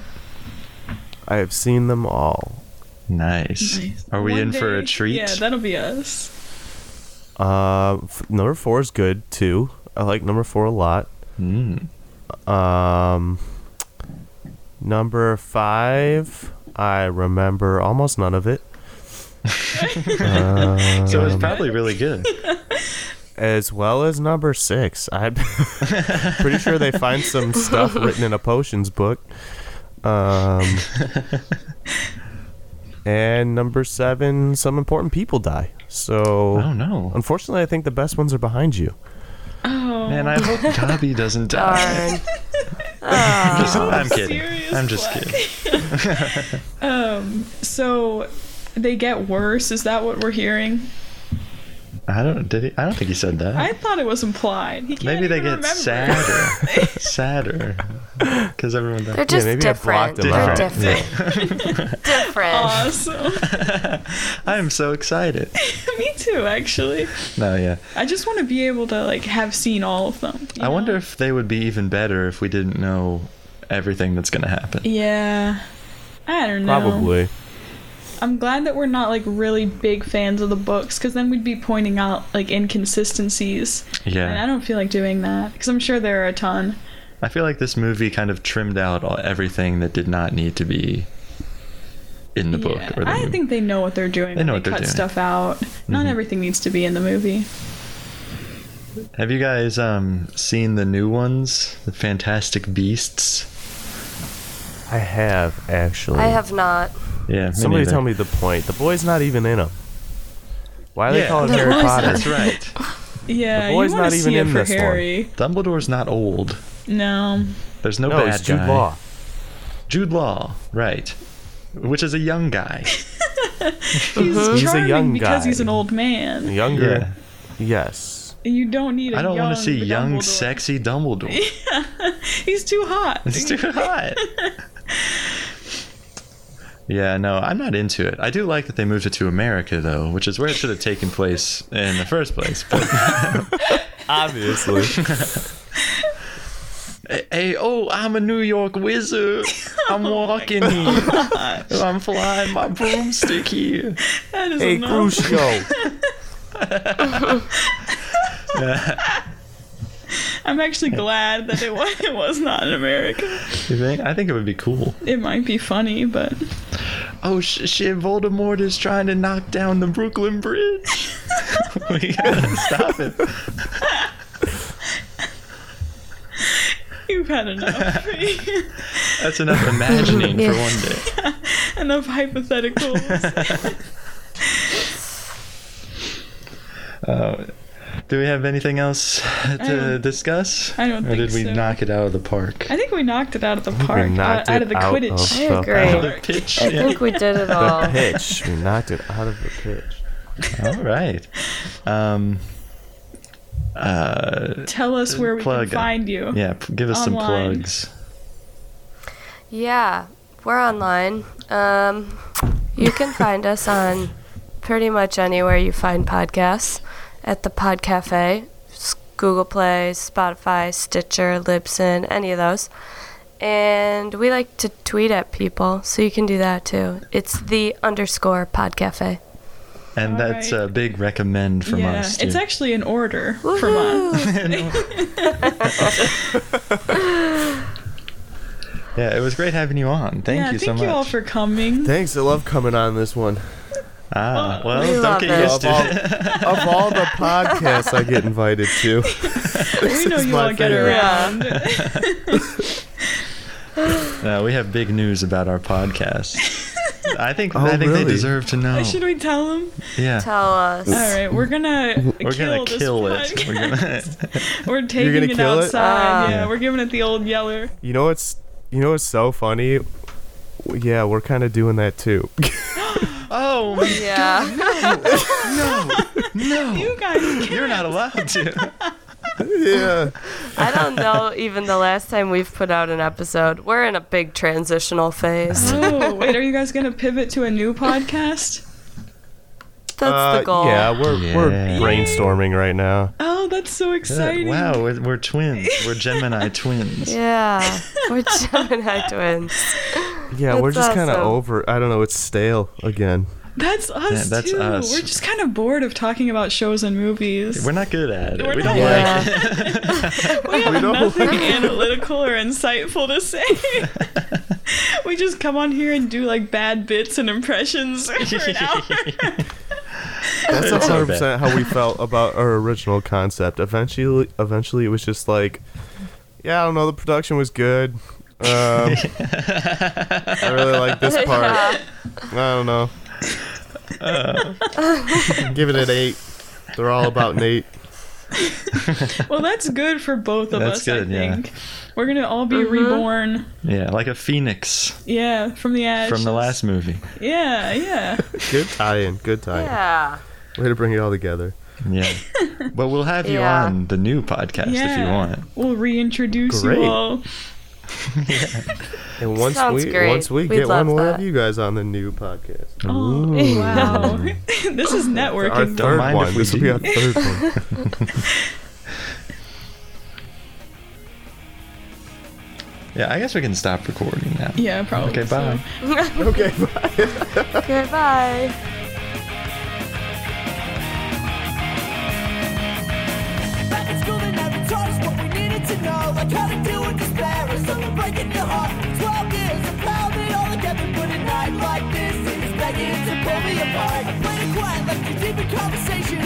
Speaker 3: I have seen them all.
Speaker 2: Nice.
Speaker 1: Nice.
Speaker 2: Are we
Speaker 1: One
Speaker 2: in for a
Speaker 1: day-
Speaker 2: treat?
Speaker 1: Yeah, that'll be us.
Speaker 3: Uh, f- number four is good too. I like number four a lot.
Speaker 2: Mm.
Speaker 3: Um, number five, I remember almost none of it. Um,
Speaker 2: So it's probably really good.
Speaker 3: as well as number six. I'm pretty sure they find some stuff written in a potions book. Um, and number seven, some important people die. So,
Speaker 2: Oh no.
Speaker 3: unfortunately, I think the best ones are behind you.
Speaker 1: Oh,
Speaker 2: Man, I hope Dobby doesn't die.
Speaker 4: Darn.
Speaker 2: I'm, just, I'm kidding.
Speaker 1: serious
Speaker 2: I'm just
Speaker 1: black.
Speaker 2: kidding.
Speaker 1: um, so they get worse. Is that what we're hearing?
Speaker 2: I don't did he, I don't think he said that.
Speaker 1: I thought it was implied. He can't
Speaker 2: Maybe they
Speaker 1: even remember.
Speaker 2: get sadder. sadder. Because everyone
Speaker 4: They're
Speaker 2: dies.
Speaker 4: just
Speaker 3: maybe I
Speaker 4: different.
Speaker 3: blocked them
Speaker 4: They're
Speaker 2: out.
Speaker 4: different. different.
Speaker 1: Awesome.
Speaker 2: I am so excited.
Speaker 1: Me too, actually.
Speaker 2: No, yeah.
Speaker 1: I just want to be able to like have seen all of them. you
Speaker 2: I
Speaker 1: know?
Speaker 2: wonder if they would be even better if we didn't know everything that's gonna happen.
Speaker 1: Yeah. I don't know.
Speaker 3: Probably.
Speaker 1: I'm glad that we're not like really big fans of the books because then we'd be pointing out like inconsistencies. And I
Speaker 2: Yeah.
Speaker 1: don't feel like doing that because I'm sure there are a ton.
Speaker 2: I feel like this movie kind of trimmed out all, everything that did not need to be in the book
Speaker 1: Yeah,
Speaker 2: or the
Speaker 1: I
Speaker 2: movie.
Speaker 1: think they know what they're doing.
Speaker 2: They know
Speaker 1: when
Speaker 2: what
Speaker 1: they
Speaker 2: they're
Speaker 1: cut
Speaker 2: doing. Mm-hmm.
Speaker 1: stuff out. Not everything needs to be in the movie.
Speaker 2: Have you guys um seen the new ones, the Fantastic Beasts?
Speaker 3: I have actually.
Speaker 4: I have not.
Speaker 2: Yeah.
Speaker 3: Somebody
Speaker 2: neither.
Speaker 3: tell me the point. The boy's not even in them. Why are
Speaker 2: Yeah.
Speaker 3: they calling
Speaker 4: The
Speaker 3: Harry
Speaker 4: boy's
Speaker 3: Potter?
Speaker 2: That's right.
Speaker 1: Yeah,
Speaker 3: boy's
Speaker 1: you want
Speaker 3: not
Speaker 1: to
Speaker 3: even
Speaker 1: see it
Speaker 3: in
Speaker 1: for
Speaker 3: this one.
Speaker 1: Harry.
Speaker 2: Dumbledore's not old.
Speaker 1: No,
Speaker 2: There's no,
Speaker 3: no,
Speaker 2: bad
Speaker 3: it's Jude
Speaker 2: guy.
Speaker 3: Law.
Speaker 2: Jude Law, right? Which is a young guy.
Speaker 1: he's,
Speaker 3: He's a
Speaker 1: charming
Speaker 3: young
Speaker 1: because
Speaker 3: guy.
Speaker 1: he's an old man.
Speaker 2: yeah.
Speaker 3: Younger. Yes.
Speaker 1: You don't need. I
Speaker 2: I don't
Speaker 1: want to
Speaker 2: see young,
Speaker 1: Dumbledore.
Speaker 2: sexy Dumbledore.
Speaker 1: He's too hot.
Speaker 2: It's too hot. yeah, no, I'm not into it. I do like that they moved it to America though, which is where it should have taken place in the first place. But
Speaker 3: Obviously.
Speaker 2: hey, oh, I'm a New York wizard. I'm walking here. I'm flying my broomstick here.
Speaker 1: That is
Speaker 3: hey,
Speaker 1: enough.
Speaker 3: Crucio.
Speaker 1: I'm actually glad that it was, it was not in America.
Speaker 2: You think? I think it would be cool.
Speaker 1: It might be funny, but
Speaker 2: Oh sh- shit! Voldemort is trying to knock down the Brooklyn Bridge. we gotta stop it.
Speaker 1: you've had enough.
Speaker 2: That's enough imagining for one day.
Speaker 1: enough hypotheticals.
Speaker 2: Do we have anything else to
Speaker 1: don't-
Speaker 2: discuss?
Speaker 1: I don't
Speaker 2: Or did
Speaker 1: think
Speaker 2: we
Speaker 1: so.
Speaker 2: knock it out of the park?
Speaker 1: I think we knocked it out of the park,
Speaker 3: we
Speaker 1: out,
Speaker 3: knocked
Speaker 1: out
Speaker 3: it
Speaker 1: of the
Speaker 3: out
Speaker 1: Quidditch.
Speaker 4: I
Speaker 3: Stop
Speaker 4: agree.
Speaker 2: The pitch.
Speaker 4: I
Speaker 2: yeah.
Speaker 4: think we did it
Speaker 3: the
Speaker 4: all.
Speaker 3: pitch. We knocked it out of the pitch.
Speaker 2: All right. Um, uh,
Speaker 1: Tell us where we
Speaker 2: Plug it.
Speaker 1: can find you.
Speaker 2: yeah, p- give us
Speaker 1: Online.
Speaker 2: some plugs.
Speaker 4: Yeah, we're online. Um, you can find us on pretty much anywhere you find podcasts at the Pod Cafe, s- Google Play, Spotify, Stitcher, Libsyn, any of those. And we like to tweet at people, so you can do that too. It's the underscore Pod Cafe.
Speaker 2: And
Speaker 1: All
Speaker 2: that's
Speaker 1: right.
Speaker 2: a big recommend from
Speaker 1: Yeah,
Speaker 2: us.
Speaker 1: it's
Speaker 2: too.
Speaker 1: actually an order from us.
Speaker 2: yeah, it was great having you on. Thank
Speaker 1: yeah,
Speaker 2: you so
Speaker 1: thank
Speaker 2: much.
Speaker 1: you all for coming.
Speaker 3: Thanks. I love coming on this one.
Speaker 2: ah,
Speaker 4: We
Speaker 2: well, don't
Speaker 4: love
Speaker 2: get
Speaker 4: it.
Speaker 2: used
Speaker 3: Of
Speaker 2: to
Speaker 3: all,
Speaker 2: it.
Speaker 3: of all the podcasts I get invited to,
Speaker 1: we know
Speaker 3: is
Speaker 1: you
Speaker 3: my
Speaker 1: all get
Speaker 3: favorite.
Speaker 1: around.
Speaker 2: Uh, we have big news about our podcast. I think
Speaker 3: Oh,
Speaker 2: I think they
Speaker 3: really?
Speaker 2: deserve to know.
Speaker 1: Should we tell them?
Speaker 2: yeah.
Speaker 4: Tell us.
Speaker 1: All right, we're gonna
Speaker 2: We're
Speaker 1: kill
Speaker 2: gonna
Speaker 1: this
Speaker 2: kill it.
Speaker 1: podcast.
Speaker 2: We're gonna
Speaker 1: We're taking
Speaker 3: gonna
Speaker 1: it
Speaker 3: kill it?
Speaker 1: outside.
Speaker 4: Ah.
Speaker 1: yeah,
Speaker 2: Yeah.
Speaker 1: we're giving it the old yeller.
Speaker 3: you know what's you know what's so funny? Yeah, we're kind of doing that too.
Speaker 2: Oh man,
Speaker 4: Yeah.
Speaker 2: no. No.
Speaker 1: You guys,
Speaker 2: You're not allowed to.
Speaker 3: yeah.
Speaker 4: I don't know even the last time we've put out an episode. We're in a big transitional phase.
Speaker 3: Uh-huh.
Speaker 1: oh wait, are you guys gonna pivot to a new podcast?
Speaker 4: That's the goal.
Speaker 3: uh, Yeah, we're we're
Speaker 2: Yeah.
Speaker 3: brainstorming right now.
Speaker 1: Oh, that's so exciting!
Speaker 2: Wow, we're, we're twins. We're Gemini twins.
Speaker 4: Yeah, we're Gemini twins.
Speaker 3: Yeah, we're
Speaker 4: That's
Speaker 3: just kind of
Speaker 4: awesome.
Speaker 3: over. I don't know. It's stale again.
Speaker 1: that's us
Speaker 2: Yeah, that's
Speaker 1: too.
Speaker 2: us.
Speaker 1: We're just kind of bored of talking about shows and movies.
Speaker 2: We're not good at it.
Speaker 1: We're
Speaker 2: we
Speaker 1: not
Speaker 2: don't
Speaker 1: good
Speaker 2: like
Speaker 4: Yeah.
Speaker 1: We have
Speaker 3: don't
Speaker 1: nothing analytical or insightful to say. we just come on here and do like bad bits and impressions for an hour.
Speaker 3: That's
Speaker 2: It's not
Speaker 3: 100 percent how we felt about our original concept. Eventually, eventually, it was just like, yeah, I don't know. The production was good. Um, I really like this part.
Speaker 4: Yeah.
Speaker 3: I don't know. Give it an eight. They're all about Nate.
Speaker 1: Well, that's good for both of
Speaker 2: That's
Speaker 1: us.
Speaker 2: good,
Speaker 1: I
Speaker 2: yeah.
Speaker 1: think we're gonna all be reborn.
Speaker 2: Yeah, like a phoenix
Speaker 1: Yeah, from the ash.
Speaker 2: from the last movie.
Speaker 1: Yeah, yeah.
Speaker 3: Good tie-in. Good tie-in.
Speaker 4: Yeah.
Speaker 3: Way to bring it all together.
Speaker 2: Yeah. But we'll have you
Speaker 4: Yeah.
Speaker 2: on the new podcast if you
Speaker 1: Yeah.
Speaker 2: want.
Speaker 1: We'll reintroduce
Speaker 3: Great.
Speaker 1: you all.
Speaker 3: And once
Speaker 4: Sounds
Speaker 3: we
Speaker 4: great.
Speaker 3: once we
Speaker 4: We'd
Speaker 3: get
Speaker 4: love
Speaker 3: one, we'll
Speaker 4: that.
Speaker 3: have you guys on the new podcast.
Speaker 1: Oh, wow. this is
Speaker 3: Our
Speaker 1: networking.
Speaker 3: third
Speaker 2: mind if
Speaker 3: one.
Speaker 2: we
Speaker 3: This will be
Speaker 2: do.
Speaker 3: our third one.
Speaker 2: Yeah, I guess we can stop recording now.
Speaker 1: Yeah, probably.
Speaker 2: Okay,
Speaker 1: so.
Speaker 2: bye.
Speaker 3: okay. Bye.
Speaker 4: Goodbye.
Speaker 5: Back in school they never taught us what we needed to know Like how to deal with despair or someone breaking your heart Twelve years of pounding all together But a night like this is tore me apart. I played it quiet, left you deep in conversation.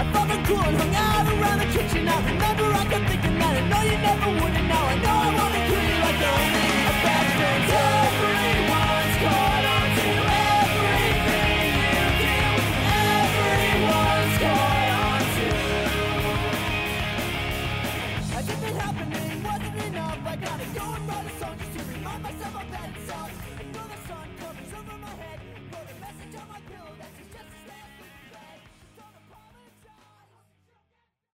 Speaker 5: I felt the cool and hung out around the kitchen. I remember I kept thinking that I know you never would, and now I know I wanna kill you like the only a bad friend. Everyone's caught on to everything you do. Everyone's caught on to. I think it happened, and it wasn't enough. I gotta go and write a song just to remind myself of that.